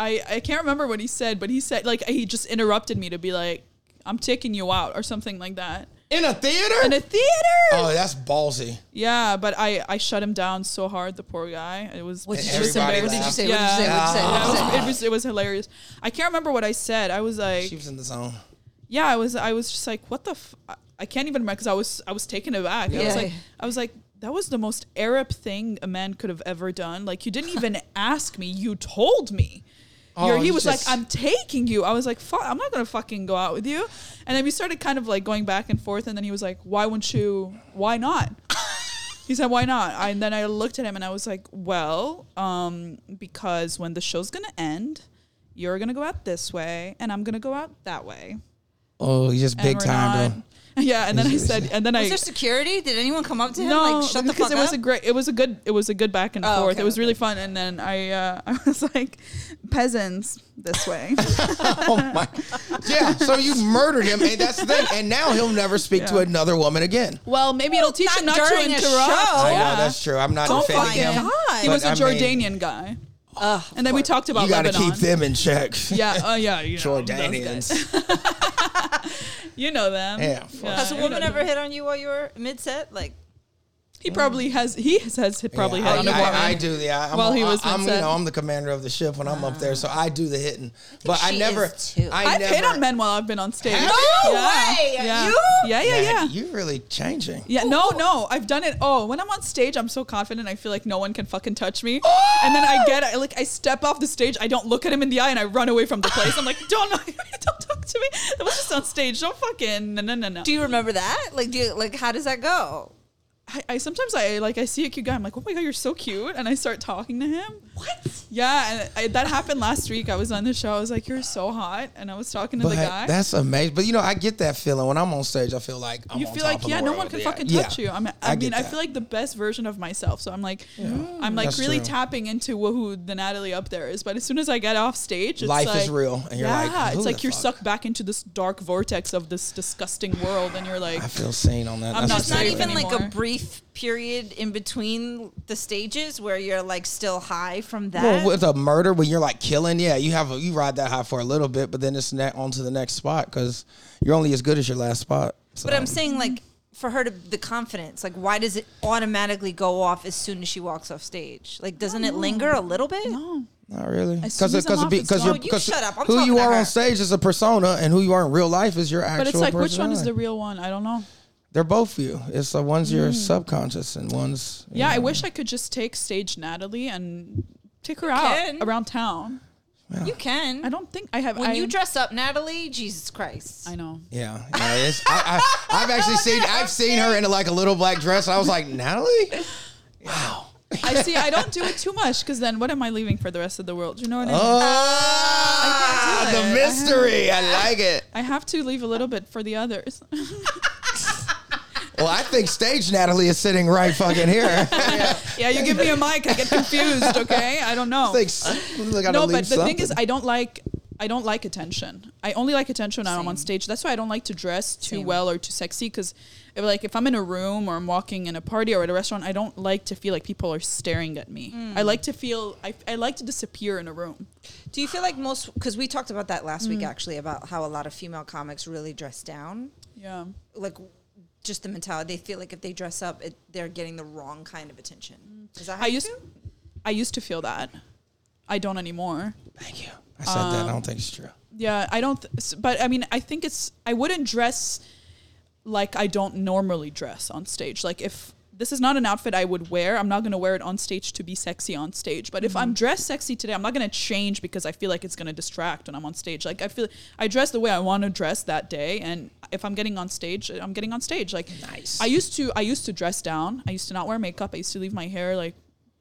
Speaker 5: I, I can't remember what he said, but he said like he just interrupted me to be like, "I'm taking you out" or something like that.
Speaker 3: In a theater?
Speaker 5: In a theater.
Speaker 3: oh, that's ballsy.
Speaker 5: Yeah, but I I shut him down so hard. The poor guy. It was
Speaker 4: What did,
Speaker 5: it
Speaker 4: you
Speaker 5: was
Speaker 4: say? what did you
Speaker 5: embarrassing.
Speaker 4: say?
Speaker 5: Yeah.
Speaker 4: What did you say? What did you say? What did
Speaker 5: Yeah,
Speaker 4: you say?
Speaker 5: it, was, it was it was hilarious. I can't remember what I said. I was like,
Speaker 3: She was in the zone.
Speaker 5: yeah, I was I was just like, what the. F-? I- I can't even remember because I was I was taken aback. I
Speaker 4: Yeah.
Speaker 5: was like I was like that was the most Arab thing a man could have ever done. Like you didn't
Speaker 3: (laughs)
Speaker 5: even ask me. You told me. You're-
Speaker 3: Oh,
Speaker 5: he
Speaker 3: you
Speaker 5: was
Speaker 3: just-
Speaker 5: like, I'm taking you. I was like, fuck, I'm not gonna fucking go out with you. And then we started kind of like going back and forth. And then he was like, Why wouldn't you?
Speaker 3: (laughs)
Speaker 5: Why not? he said, Why not? I, and then I looked at him and I was like, Well, um, because when the show's gonna end, you're gonna go out this way, and I'm gonna go out that way.
Speaker 3: Oh, you just
Speaker 5: And
Speaker 3: big
Speaker 5: we're
Speaker 3: time,
Speaker 5: not- (laughs) Yeah. And then I said, and then I
Speaker 4: Was there security? Did anyone come up to him?
Speaker 5: no,
Speaker 4: like, shut the
Speaker 5: because
Speaker 4: fuck
Speaker 5: it was
Speaker 4: up?
Speaker 5: a great, it was a good, it was a good back and
Speaker 4: Oh,
Speaker 5: forth.
Speaker 4: okay,
Speaker 5: it was
Speaker 4: okay.
Speaker 5: really fun, and then I, uh, (laughs) I was like, peasants
Speaker 4: (laughs)
Speaker 5: this way.
Speaker 3: (laughs) oh my. Yeah, so you murdered him, and that's the thing. And now he'll never speak to
Speaker 5: Yeah.
Speaker 3: another woman again.
Speaker 5: well, maybe it'll teach
Speaker 4: not
Speaker 5: him not to
Speaker 4: during a
Speaker 5: interrupt.
Speaker 4: show. I
Speaker 3: I know
Speaker 5: Yeah.
Speaker 3: that's true. I'm not
Speaker 5: Don't
Speaker 3: defending
Speaker 4: fucking-
Speaker 3: him.
Speaker 5: him.
Speaker 4: God.
Speaker 5: Oh He was a
Speaker 3: But, I mean- Oh,
Speaker 5: Jordanian guy, and then we talked about
Speaker 3: You got to
Speaker 5: Lebanon.
Speaker 3: keep them in check.
Speaker 5: (laughs) Yeah, uh, yeah, you know, those guys.
Speaker 3: Jordanians.
Speaker 5: You know them.
Speaker 3: Yeah, fuck.
Speaker 4: Has a
Speaker 5: you
Speaker 4: woman
Speaker 5: know
Speaker 4: ever
Speaker 5: them.
Speaker 4: hit on you while you were mid set? Like,
Speaker 5: He probably has. He has, has probably
Speaker 3: Yeah,
Speaker 5: hit on
Speaker 3: I,
Speaker 5: a
Speaker 3: I-
Speaker 5: woman.
Speaker 3: I do. Yeah, I'm,
Speaker 5: While he was
Speaker 3: I, am you
Speaker 5: upset.
Speaker 3: know, I'm the commander of the ship when I'm up there, so I do the hitting. But I
Speaker 4: she
Speaker 3: never.
Speaker 4: is too.
Speaker 3: I
Speaker 5: I've
Speaker 3: never,
Speaker 5: hit on men while I've been on stage.
Speaker 3: Have
Speaker 4: No
Speaker 3: you?
Speaker 5: yeah.
Speaker 4: way!
Speaker 5: Yeah.
Speaker 4: You?
Speaker 5: Yeah, yeah,
Speaker 3: Man,
Speaker 5: yeah.
Speaker 3: You're really changing.
Speaker 5: Yeah, no, no. I've done it. Oh, when I'm on stage, I'm so confident. I feel like no one can fucking touch me.
Speaker 4: Oh!
Speaker 5: And then I get, I like, I step off the stage. I don't look at him in the eye, and I run away from the place. I'm like, don't, (laughs) don't talk to me. That was just on stage. Don't fucking no, no, no, no.
Speaker 4: do you remember that? Like, do you, like how does that go?
Speaker 5: I, I sometimes I like I see a cute guy. I'm like, oh my god, you're so cute, and I start talking to him.
Speaker 4: What?
Speaker 5: Yeah, and I, that happened last week. I was on the show. I was like, you're so hot, and I was talking to
Speaker 3: But
Speaker 5: the guy.
Speaker 3: that's amazing. But you know, I get that feeling when I'm on stage. I feel like I'm
Speaker 5: you
Speaker 3: on
Speaker 5: feel
Speaker 3: top
Speaker 5: like
Speaker 3: of
Speaker 5: yeah,
Speaker 3: the
Speaker 5: no
Speaker 3: world.
Speaker 5: one can
Speaker 3: Yeah.
Speaker 5: fucking
Speaker 3: Yeah.
Speaker 5: touch you. I'm, I,
Speaker 3: get
Speaker 5: mean, I
Speaker 3: that.
Speaker 5: feel like the best version of myself. So I'm like, I'm like
Speaker 3: That's
Speaker 5: really
Speaker 3: true.
Speaker 5: tapping into wh- who the Natalie up there is. But as soon as I get off stage, it's
Speaker 3: Life is
Speaker 5: like-
Speaker 3: real, and you're like,
Speaker 5: yeah,
Speaker 3: who
Speaker 5: it's
Speaker 3: the
Speaker 5: like you're
Speaker 3: fuck?
Speaker 5: sucked back into this dark vortex of this disgusting world, and you're like,
Speaker 3: I feel seen on that. That's
Speaker 5: I'm not
Speaker 4: It's not
Speaker 3: the
Speaker 5: safe
Speaker 3: thing.
Speaker 4: even like
Speaker 5: anymore.
Speaker 4: a brief brief period in between the stages where you're like still high from that.
Speaker 3: Well, with a murder, when you're like killing, yeah, you have a, you ride that high for a little bit, but then it's ne- on to the next spot because you're only as good as your last spot. So,
Speaker 4: but I'm saying like for her to the confidence, like why does it automatically go off as soon as she walks off stage? Like doesn't it linger a little bit?
Speaker 5: No.
Speaker 3: not really
Speaker 5: As
Speaker 3: because
Speaker 5: soon as I'm
Speaker 3: because because
Speaker 5: off, it's gone.
Speaker 3: you're
Speaker 5: Oh,
Speaker 4: you
Speaker 3: because
Speaker 4: shut up. I'm
Speaker 3: who
Speaker 4: talking
Speaker 3: you
Speaker 4: to
Speaker 3: are
Speaker 4: her.
Speaker 3: on stage is a persona, and who you are in real life is your actual.
Speaker 5: But it's like which one is
Speaker 3: personality.
Speaker 5: the Mm. real one? I don't know.
Speaker 3: They're both you. It's the one's your subconscious and one's you
Speaker 5: Yeah, I
Speaker 3: know.
Speaker 5: wish I could just take stage Natalie and take her
Speaker 4: can.
Speaker 5: out around town.
Speaker 4: You can.
Speaker 5: I don't think I have.
Speaker 4: when
Speaker 5: I,
Speaker 4: you dress up, Natalie, Jesus Christ.
Speaker 5: I know.
Speaker 3: Yeah, yeah it's, I,
Speaker 5: (laughs)
Speaker 3: I, I've actually seen I've seen her in like a little black dress. And I was like,
Speaker 5: (laughs)
Speaker 3: Natalie.
Speaker 5: I see. I don't do it too much because then what am I leaving for the rest of the world? Do you know what I mean?
Speaker 3: Oh, the
Speaker 5: I can't do it.
Speaker 3: mystery.
Speaker 5: (laughs)
Speaker 3: I like it.
Speaker 5: I have to leave a little bit for the others.
Speaker 3: Well, I think stage Natalie is sitting right fucking here. (laughs)
Speaker 5: yeah, you give me a mic, I get confused. Okay, I don't know.
Speaker 3: I think s- I gotta
Speaker 5: no,
Speaker 3: leave
Speaker 5: but the thing is,
Speaker 3: something.
Speaker 5: I don't like. I don't like attention. I only like attention when I'm on
Speaker 4: Same.
Speaker 5: stage. That's why I don't like to dress too
Speaker 4: Same.
Speaker 5: well or too sexy. Because, if, like, if I'm in a room or I'm walking in a party or at a restaurant, I don't like to feel like people are staring at me. I like to feel. I, I like to disappear in a room.
Speaker 4: Do you feel like most because we talked about that last
Speaker 5: Mm.
Speaker 4: week actually about how a lot of female comics really dress down,
Speaker 5: Yeah.
Speaker 4: like just the mentality they feel like if they dress up, it, they're getting the wrong kind of attention. Is that how
Speaker 5: Mm. I
Speaker 4: you
Speaker 5: used.
Speaker 4: feel?
Speaker 5: I used to feel that. I don't anymore.
Speaker 3: Thank you. I said that.
Speaker 5: Um,
Speaker 3: I don't think it's true.
Speaker 5: Yeah, I don't. Th- s- but I mean, I think it's. I wouldn't dress like I don't normally dress on stage. Like if this is not an outfit I would wear, I'm not gonna wear it on stage to be sexy on stage. But if I'm dressed sexy today, I'm not gonna change because I feel like it's gonna distract when I'm on stage. Like I feel I dress the way I want to dress that day, and if I'm getting on stage, I'm getting on stage. Like
Speaker 3: Nice.
Speaker 5: I used to. I used to dress down. I used to not wear makeup. I used to leave my hair like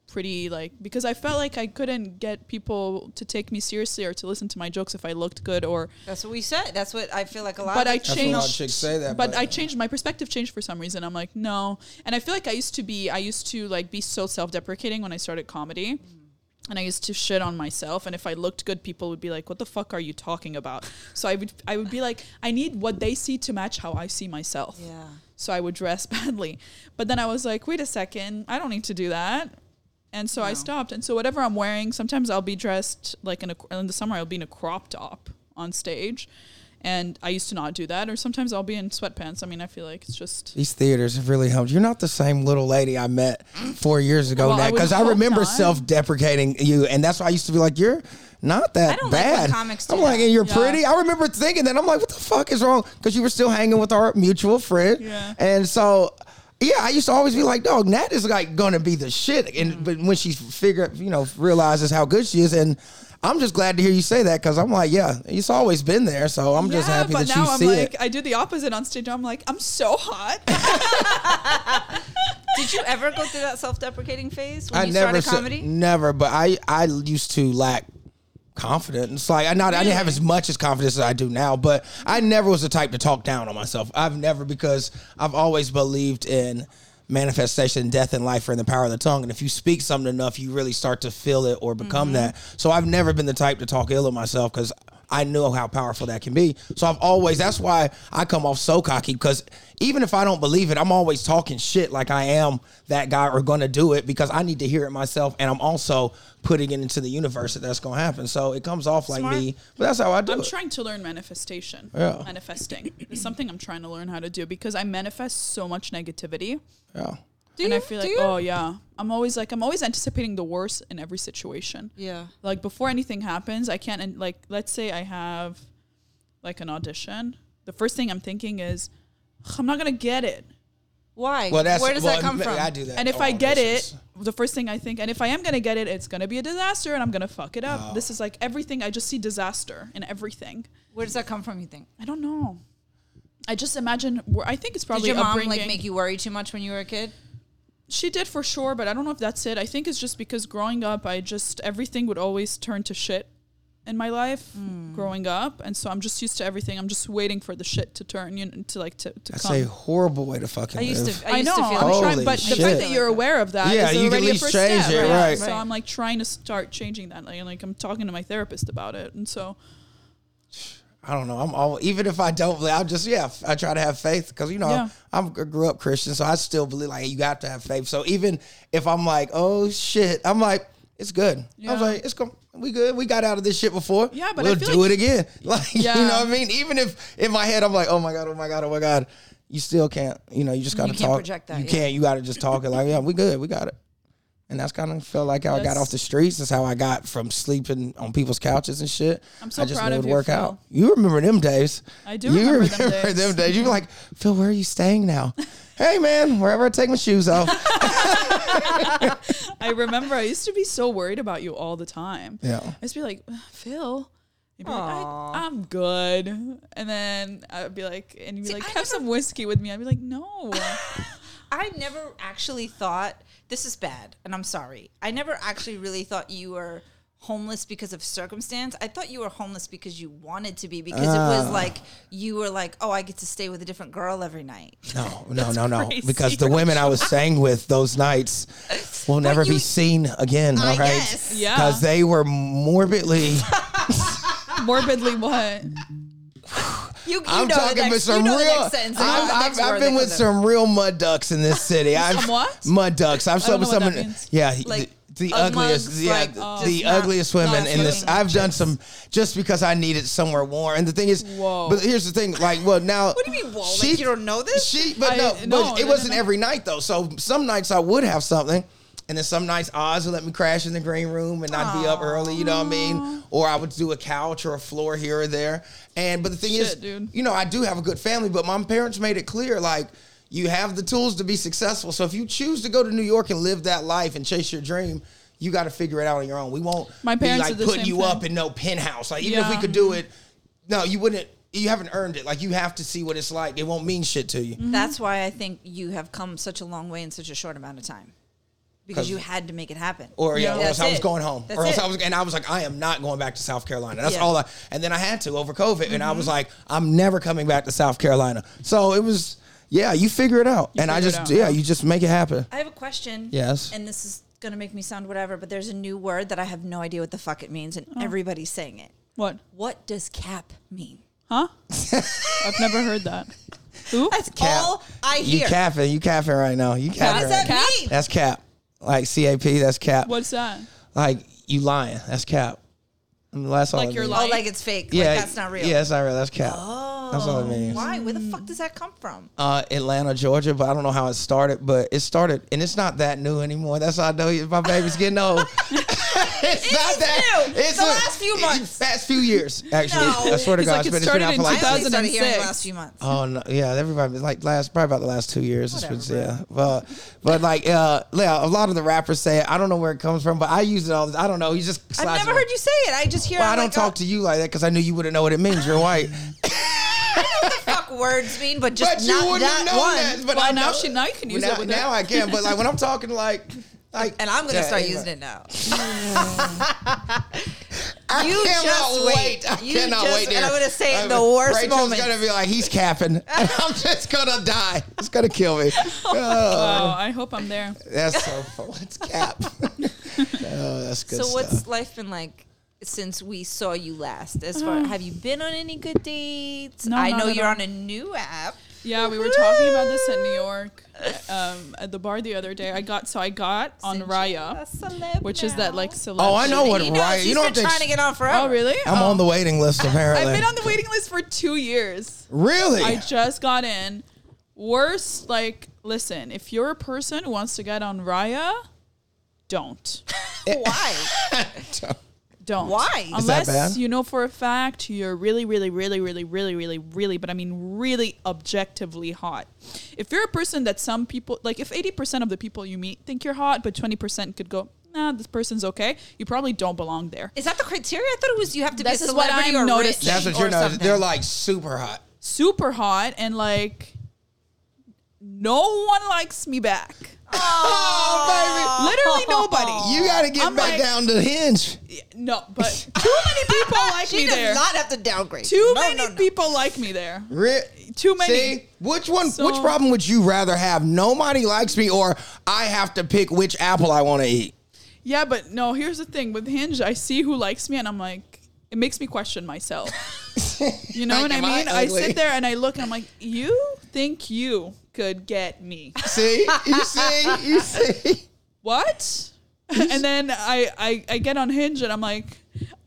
Speaker 5: pretty like because I felt like I couldn't get people to take me seriously or to listen to my jokes if I looked good or
Speaker 4: That's what we said. That's what I feel like a lot.
Speaker 5: but
Speaker 4: of
Speaker 5: I
Speaker 4: the-
Speaker 3: That's what a lot of
Speaker 5: changed
Speaker 3: chicks say that,
Speaker 5: but,
Speaker 3: but-
Speaker 5: I changed my perspective changed for some reason I'm like no and I feel like I used to be I used to like be so self-deprecating when I started comedy and I used to shit on myself. And if I looked good, people would be like, "What the fuck are you talking about?" So I would, I would be like, "I need what they see to match how I see myself."
Speaker 4: Yeah.
Speaker 5: So I would dress (laughs) badly, but then I was like, "Wait a second, I don't need to do that." And so I stopped. And so whatever I'm wearing, sometimes I'll be dressed like in a in the summer I'll be in a crop top on stage. And I used to not do that, or sometimes I'll be in sweatpants. I mean, I feel like it's just
Speaker 3: These theaters have really helped. You're not the same little lady I met four years ago
Speaker 5: Well, I
Speaker 3: now.
Speaker 5: would
Speaker 3: Because I,
Speaker 5: hope
Speaker 3: remember
Speaker 5: not.
Speaker 3: self deprecating you. And that's why I used to be like, you're not that
Speaker 4: I don't like when
Speaker 3: bad.
Speaker 4: comics do
Speaker 3: I'm like,
Speaker 4: that.
Speaker 3: and you're
Speaker 5: Yeah.
Speaker 3: pretty. I remember thinking that. I'm like, what the fuck is wrong? Because you were still hanging with our mutual friend.
Speaker 5: Yeah.
Speaker 3: And so. Yeah, I used to always be like, "Dog, Nat is like gonna be the shit." And
Speaker 5: Mm.
Speaker 3: but when she figure, you know, realizes how good she is, and I'm just glad to hear you say that because I'm like, yeah, it's always been there. So I'm just happy
Speaker 5: but
Speaker 3: that
Speaker 5: now
Speaker 3: you
Speaker 5: I'm
Speaker 3: see
Speaker 5: like,
Speaker 3: it.
Speaker 5: I do the opposite on stage. I'm like, I'm so hot. (laughs)
Speaker 4: Did you ever go through that self-deprecating phase when
Speaker 3: I
Speaker 4: you
Speaker 3: never
Speaker 4: started
Speaker 3: said-
Speaker 4: comedy?
Speaker 3: never, but I I used to lack confidence. Like I not I didn't have as much as confidence as I do now, but I never was the type to talk down on myself. I've never because I've always believed in manifestation, death and life are in the power of the tongue. And if you speak something enough, you really start to feel it or
Speaker 4: Mm-hmm.
Speaker 3: become that. So I've never been the type to talk ill of myself because I know how powerful that can be. So I've always that's why I come off so cocky because even if I don't believe it, I'm always talking shit like I am that guy or gonna do it because I need to hear it myself and I'm also putting it into the universe that that's gonna happen. So it comes off like me, but that's how I do
Speaker 5: I'm
Speaker 3: it.
Speaker 5: trying to learn manifestation.
Speaker 3: Yeah.
Speaker 5: Manifesting. It's something I'm trying to learn how to do because I manifest so much negativity.
Speaker 3: yeah.
Speaker 4: Do
Speaker 5: and I
Speaker 4: you?
Speaker 5: feel
Speaker 4: Do
Speaker 5: like,
Speaker 4: you?
Speaker 5: oh yeah. I'm always like I'm always anticipating the worst in every situation.
Speaker 4: Yeah.
Speaker 5: Like before anything happens, I can't and like let's say I have like an audition. The first thing I'm thinking is "Ugh, I'm not gonna get it.
Speaker 4: Why?
Speaker 3: Well, that's
Speaker 4: Where does
Speaker 3: well,
Speaker 4: that come
Speaker 3: maybe
Speaker 4: from?
Speaker 3: I do that.
Speaker 5: And if
Speaker 3: on
Speaker 5: I get
Speaker 3: auditions.
Speaker 5: it, the first thing I think, and if I am gonna get it, it's gonna be a disaster and I'm gonna fuck it up. This is like everything I just see disaster in everything.
Speaker 4: Where does that come from? You think?
Speaker 5: I don't know. I just imagine. where- I think it's
Speaker 4: Did
Speaker 5: probably
Speaker 4: your mom
Speaker 5: upbringing.
Speaker 4: like make you worry too much when you were a kid?
Speaker 5: she did for sure, but I don't know if that's it. I think it's just because growing up, I just everything would always turn to shit in my life
Speaker 4: Hmm.
Speaker 5: growing up, and so I'm just used to everything. I'm just waiting for the shit to turn you know, to like to, to
Speaker 3: that's
Speaker 5: come.
Speaker 3: a horrible way to fucking
Speaker 4: I used
Speaker 3: live.
Speaker 4: to. I,
Speaker 5: I
Speaker 4: used
Speaker 5: know,
Speaker 4: to feel
Speaker 5: I'm
Speaker 4: like
Speaker 3: Holy
Speaker 5: trying, but the
Speaker 3: shit.
Speaker 5: fact that you're aware of that
Speaker 3: Yeah,
Speaker 5: is
Speaker 3: you can at
Speaker 5: already a
Speaker 3: least
Speaker 5: first
Speaker 3: change
Speaker 5: step.
Speaker 3: it,
Speaker 5: yeah.
Speaker 3: right.
Speaker 5: So
Speaker 4: Right.
Speaker 5: I'm like trying to start changing that. Like, like I'm talking to my therapist about it, and so
Speaker 3: I don't know. I'm all even if I don't believe, I just yeah, I try to have faith because you know
Speaker 5: Yeah.
Speaker 3: I'm I grew up Christian, so I still believe like you have to have faith. So even if I'm like, oh shit, I'm like, it's good. I
Speaker 5: Yeah.
Speaker 3: was like, it's going we good. We got out of this shit before.
Speaker 5: Yeah, but I
Speaker 3: we'll
Speaker 5: feel
Speaker 3: do
Speaker 5: like-
Speaker 3: it again. (laughs) Like you
Speaker 5: Yeah.
Speaker 3: know what I mean. Even if in my head I'm like, oh my god, oh my god, oh my god, you still can't. You know, you just gotta
Speaker 4: can't
Speaker 3: talk.
Speaker 4: project that,
Speaker 3: you
Speaker 4: yeah.
Speaker 3: can't. You gotta just talk it like, yeah, we good. We got it. And that's kind of felt like how I got
Speaker 5: That's-
Speaker 3: off the streets. That's how I got from sleeping on people's couches and shit.
Speaker 5: I'm so
Speaker 3: I just
Speaker 5: proud
Speaker 3: knew
Speaker 5: of
Speaker 3: it'd
Speaker 5: you,
Speaker 3: work
Speaker 5: Phil.
Speaker 3: out. You remember them days.
Speaker 5: I do
Speaker 3: You
Speaker 5: remember them days.
Speaker 3: You were like, Phil, where are you staying
Speaker 5: (laughs)
Speaker 3: now? hey man, wherever I take my shoes off.
Speaker 5: I remember I used to be so worried about you all the time.
Speaker 3: Yeah.
Speaker 5: I used to be like, "Uh, Phil. You'd be like, I, am good. And then I'd be like, and you'd be
Speaker 4: See,
Speaker 5: like,
Speaker 4: I
Speaker 5: have
Speaker 4: never-
Speaker 5: some whiskey with me. I'd be like, no.
Speaker 4: I never actually thought this is bad, and I'm sorry. I never actually really thought you were homeless because of circumstance. I thought you were homeless because you wanted to be, because it
Speaker 3: Ah.
Speaker 4: was like you were like, oh, I get to stay with a different girl every night. (laughs)
Speaker 3: No, no, no, no.
Speaker 5: crazy,
Speaker 3: Because the women I
Speaker 5: (laughs)
Speaker 3: was staying with those nights will never
Speaker 4: you-
Speaker 3: be seen again.
Speaker 4: I
Speaker 3: All right.
Speaker 4: guess.
Speaker 5: Yeah.
Speaker 3: Because they were morbidly.
Speaker 5: (laughs) Morbidly what?
Speaker 4: You, you
Speaker 3: I'm
Speaker 4: know the
Speaker 3: talking
Speaker 4: next,
Speaker 3: with some
Speaker 4: you know
Speaker 3: real.
Speaker 4: the next sentence. I know
Speaker 3: I've,
Speaker 4: the
Speaker 3: I've,
Speaker 4: next
Speaker 3: I've
Speaker 4: word that
Speaker 3: been with
Speaker 4: comes up.
Speaker 3: some real mud ducks in
Speaker 4: (laughs)
Speaker 3: this city. I've,
Speaker 5: Some what?
Speaker 3: Mud ducks. I've slept
Speaker 5: don't
Speaker 3: with
Speaker 5: know
Speaker 3: some.
Speaker 5: what that means.
Speaker 3: Yeah.
Speaker 4: Like,
Speaker 3: the, the
Speaker 4: uh,
Speaker 3: ugliest.
Speaker 4: mugs,
Speaker 3: yeah.
Speaker 4: like,
Speaker 3: the-
Speaker 4: just
Speaker 3: the
Speaker 4: not-
Speaker 3: ugliest women
Speaker 4: not
Speaker 3: in this.
Speaker 4: fucking
Speaker 3: I've done some just because I needed somewhere warm. And the thing is,
Speaker 5: Whoa.
Speaker 3: but here's the thing. Like, well, now.
Speaker 4: What do you mean, whoa?
Speaker 3: she-
Speaker 4: like, you don't know this?
Speaker 3: She, but
Speaker 5: I-
Speaker 3: no,
Speaker 5: no, no,
Speaker 3: but
Speaker 5: no,
Speaker 3: it wasn't
Speaker 5: no.
Speaker 3: every night though. So some nights I would have something, and then some nights Oz would let me crash in the green room and I'd be up early. You know what I mean? Or I would do a couch or a floor here or there. And but the thing is,
Speaker 5: Shit, dude.
Speaker 3: you know, I do have a good family, but my parents made it clear like. You have the tools to be successful. So if you choose to go to New York and live that life and chase your dream, you got to figure it out on your own. We won't
Speaker 5: My parents
Speaker 3: be like
Speaker 5: did the
Speaker 3: putting
Speaker 5: same
Speaker 3: you
Speaker 5: thing.
Speaker 3: up in no penthouse. Like even if we
Speaker 5: Yeah.
Speaker 3: could do it, no, you wouldn't. You haven't earned it. Like you have to see what it's like. It won't mean shit to you.
Speaker 4: That's why I think you have come such a long way in such a short amount of time. Because
Speaker 3: 'Cause-
Speaker 4: you had to make it happen.
Speaker 3: Or yeah, or
Speaker 4: That's
Speaker 3: else I was
Speaker 4: it.
Speaker 3: going home.
Speaker 4: That's
Speaker 3: or else
Speaker 4: it.
Speaker 3: I was, and I was like, I am not going back to South Carolina. That's
Speaker 4: Yeah. Mm-hmm.
Speaker 3: all I. And then I had to over COVID, and I was like, I'm never coming back to South Carolina. So it was, yeah, you figure it out, and I
Speaker 5: figure it
Speaker 3: just,
Speaker 5: out.
Speaker 3: yeah, you just make it happen.
Speaker 4: I have a question.
Speaker 3: Yes.
Speaker 4: And this is going to make me sound whatever, but there's a new word that I have no idea what the fuck it means,
Speaker 5: Oh.
Speaker 4: and everybody's saying it.
Speaker 5: What?
Speaker 4: What does cap mean?
Speaker 3: (laughs)
Speaker 5: Huh? I've never heard that. Who?
Speaker 4: That's
Speaker 3: Cap.
Speaker 4: all I
Speaker 3: You
Speaker 4: hear.
Speaker 3: capping, you capping right now. You capping.
Speaker 4: what does
Speaker 3: right
Speaker 4: that
Speaker 3: now.
Speaker 4: mean?
Speaker 3: That's cap. Like C A P. That's cap.
Speaker 5: What's that?
Speaker 3: Like you lying. That's cap. I mean, that's all.
Speaker 5: Like
Speaker 3: it
Speaker 5: you're
Speaker 3: means.
Speaker 5: lying.
Speaker 4: Oh, like it's fake.
Speaker 3: Yeah,
Speaker 4: like that's not real. Oh,
Speaker 3: Yeah, that's not real. That's cap. That's all it means.
Speaker 4: Why? Where the fuck does that come from?
Speaker 3: uh, Atlanta, Georgia, but I don't know how it started. But it started, and it's not that new anymore. That's how I know you- my baby's
Speaker 4: (laughs)
Speaker 3: getting old. it's not
Speaker 4: is
Speaker 3: that.
Speaker 4: new. The last few
Speaker 3: (laughs)
Speaker 4: months.
Speaker 3: Last few years, actually.
Speaker 4: No.
Speaker 3: I swear to
Speaker 5: It's
Speaker 3: God,
Speaker 5: like it
Speaker 3: it's been, it's been
Speaker 5: started
Speaker 3: out for
Speaker 5: in
Speaker 3: like.
Speaker 4: I only started hearing the
Speaker 5: 2006.
Speaker 4: last few months.
Speaker 3: (laughs) Oh no, yeah, everybody like last probably about the last two years. it's been,
Speaker 4: Whatever,
Speaker 3: yeah, but but like uh, yeah, a lot of the rappers say it. I don't know where it comes from, but I use it all. The, I don't know. You just
Speaker 4: I've
Speaker 3: slides
Speaker 4: never
Speaker 3: it.
Speaker 4: heard you say it. I just hear.
Speaker 3: Well,
Speaker 4: I'm
Speaker 3: I don't
Speaker 4: like,
Speaker 3: talk
Speaker 4: oh,
Speaker 3: to you like that because I knew you wouldn't know what it means.
Speaker 4: (laughs)
Speaker 3: You're white,
Speaker 4: fuck words mean, but just
Speaker 3: but
Speaker 4: not
Speaker 3: you wouldn't
Speaker 4: that
Speaker 3: know
Speaker 4: one.
Speaker 3: that. But
Speaker 5: Well,
Speaker 3: I
Speaker 5: now
Speaker 3: know-
Speaker 5: she- now you can use
Speaker 3: now,
Speaker 5: it with
Speaker 3: now
Speaker 5: her.
Speaker 3: I can, but like when I'm talking, like, like,
Speaker 4: And I'm gonna
Speaker 3: Yeah,
Speaker 4: start
Speaker 3: anyway.
Speaker 4: using it now.
Speaker 3: I
Speaker 4: You
Speaker 3: cannot
Speaker 4: just wait.
Speaker 3: I
Speaker 4: You
Speaker 3: cannot
Speaker 4: just-
Speaker 3: wait.
Speaker 4: and
Speaker 3: there.
Speaker 4: I'm gonna say it in
Speaker 3: I mean,
Speaker 4: the worst
Speaker 3: Rachel's
Speaker 4: moments.
Speaker 3: gonna be like, he's capping, (laughs) and I'm just gonna die. It's gonna
Speaker 4: (laughs)
Speaker 3: kill me. Oh,
Speaker 5: Wow, I hope I'm there.
Speaker 3: that's so full. It's cap. (laughs) oh, that's good.
Speaker 4: so
Speaker 3: stuff.
Speaker 4: what's life been like since we saw you last? As far have you been on any good dates?
Speaker 5: Uh. No,
Speaker 4: I
Speaker 5: not
Speaker 4: know
Speaker 5: at
Speaker 4: you're
Speaker 5: all.
Speaker 4: on a new app.
Speaker 5: Yeah, we were talking about this in New
Speaker 4: (laughs)
Speaker 5: York um, at the bar the other day. I got so I got on
Speaker 4: Since
Speaker 5: Raya,
Speaker 4: you're a celeb
Speaker 5: which is
Speaker 4: now.
Speaker 5: that like celeb.
Speaker 3: Oh, I know
Speaker 5: shit.
Speaker 3: what
Speaker 4: He knows,
Speaker 3: Raya.
Speaker 4: he's
Speaker 3: You know
Speaker 4: been
Speaker 3: what they?
Speaker 4: trying to get on forever.
Speaker 5: Oh, really?
Speaker 3: I'm
Speaker 5: Oh.
Speaker 3: on the waiting list apparently.
Speaker 5: I've been on the waiting list for two years.
Speaker 3: (laughs) really?
Speaker 5: I just got in. Worst, like, listen, if you're a person who wants to get on Raya, don't.
Speaker 4: Why?
Speaker 5: Don't.
Speaker 4: Why?
Speaker 5: Unless
Speaker 4: Is
Speaker 3: that bad?
Speaker 5: you know for a fact you're really, really, really, really, really, really, really, but I mean really objectively hot. If you're a person that some people like if eighty percent of the people you meet think you're hot, but twenty percent could go, nah, this person's okay, you probably don't belong there.
Speaker 4: Is that the criteria? I thought it was you have to
Speaker 5: This
Speaker 4: be a
Speaker 5: is what
Speaker 4: celebrity
Speaker 5: I'm
Speaker 4: or
Speaker 5: noticing.
Speaker 4: rich
Speaker 3: That's what
Speaker 4: or
Speaker 3: you're noticing.
Speaker 4: something.
Speaker 3: They're like super hot.
Speaker 5: Super hot and like no one likes me back.
Speaker 3: Oh,
Speaker 5: Literally
Speaker 4: (laughs)
Speaker 5: nobody.
Speaker 3: baby. You got to get
Speaker 5: I'm
Speaker 3: back
Speaker 5: like-
Speaker 3: down to the hinge.
Speaker 5: No, but too many
Speaker 4: (laughs)
Speaker 5: people like
Speaker 4: she
Speaker 5: me
Speaker 4: does
Speaker 5: there.
Speaker 4: not have to downgrade.
Speaker 5: Too
Speaker 4: No,
Speaker 5: many
Speaker 4: no, no.
Speaker 5: people like me there.
Speaker 3: Re-
Speaker 5: Too many.
Speaker 3: See, which one?
Speaker 5: So-
Speaker 3: which problem would you rather have? Nobody likes me, or I have to pick which apple I want to eat.
Speaker 4: (laughs)
Speaker 5: Yeah, but no, here's the thing with Hinge, I see who likes me and I'm like, it makes me question myself. You know what I
Speaker 3: Am I
Speaker 5: mean? I,
Speaker 3: ugly?
Speaker 5: sit there and I look and I'm like, you think you could get me?
Speaker 3: See,
Speaker 5: (laughs)
Speaker 3: you see, you see.
Speaker 5: What? (laughs) and then I, I I get on Hinge and I'm like,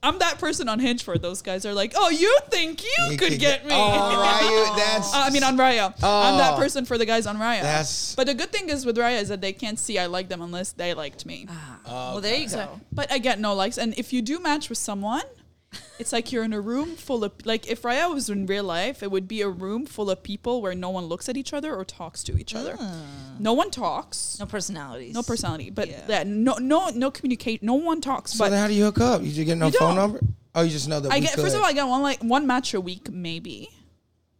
Speaker 5: I'm that person on Hinge for those guys are like, oh, you think you, could get, me?
Speaker 3: Oh, Ryu, that's.
Speaker 5: (laughs) Uh, I mean, on Raya. I'm
Speaker 3: Oh.
Speaker 5: that person for the guys on Raya.
Speaker 3: That's-
Speaker 5: But the good thing is with Raya is that they can't see I like them unless they liked me.
Speaker 4: Ah,
Speaker 3: Ah,
Speaker 4: Well, there you go.
Speaker 5: But I get no likes. And if you do match with someone, it's like you're in a room full of, like, if Raya was in real life, it would be a room full of people where no one looks at each other or talks to each other.
Speaker 3: Ah.
Speaker 5: No one talks.
Speaker 4: No personalities.
Speaker 5: No personality, but
Speaker 4: Yeah.
Speaker 5: yeah. no, no, no communicate. No one talks.
Speaker 3: so
Speaker 5: but
Speaker 3: then how do you hook up? You just get no
Speaker 5: You
Speaker 3: phone
Speaker 5: don't.
Speaker 3: number? Oh, you just know that
Speaker 5: I
Speaker 3: we
Speaker 5: get
Speaker 3: could.
Speaker 5: first of all, I got one like one match a week maybe,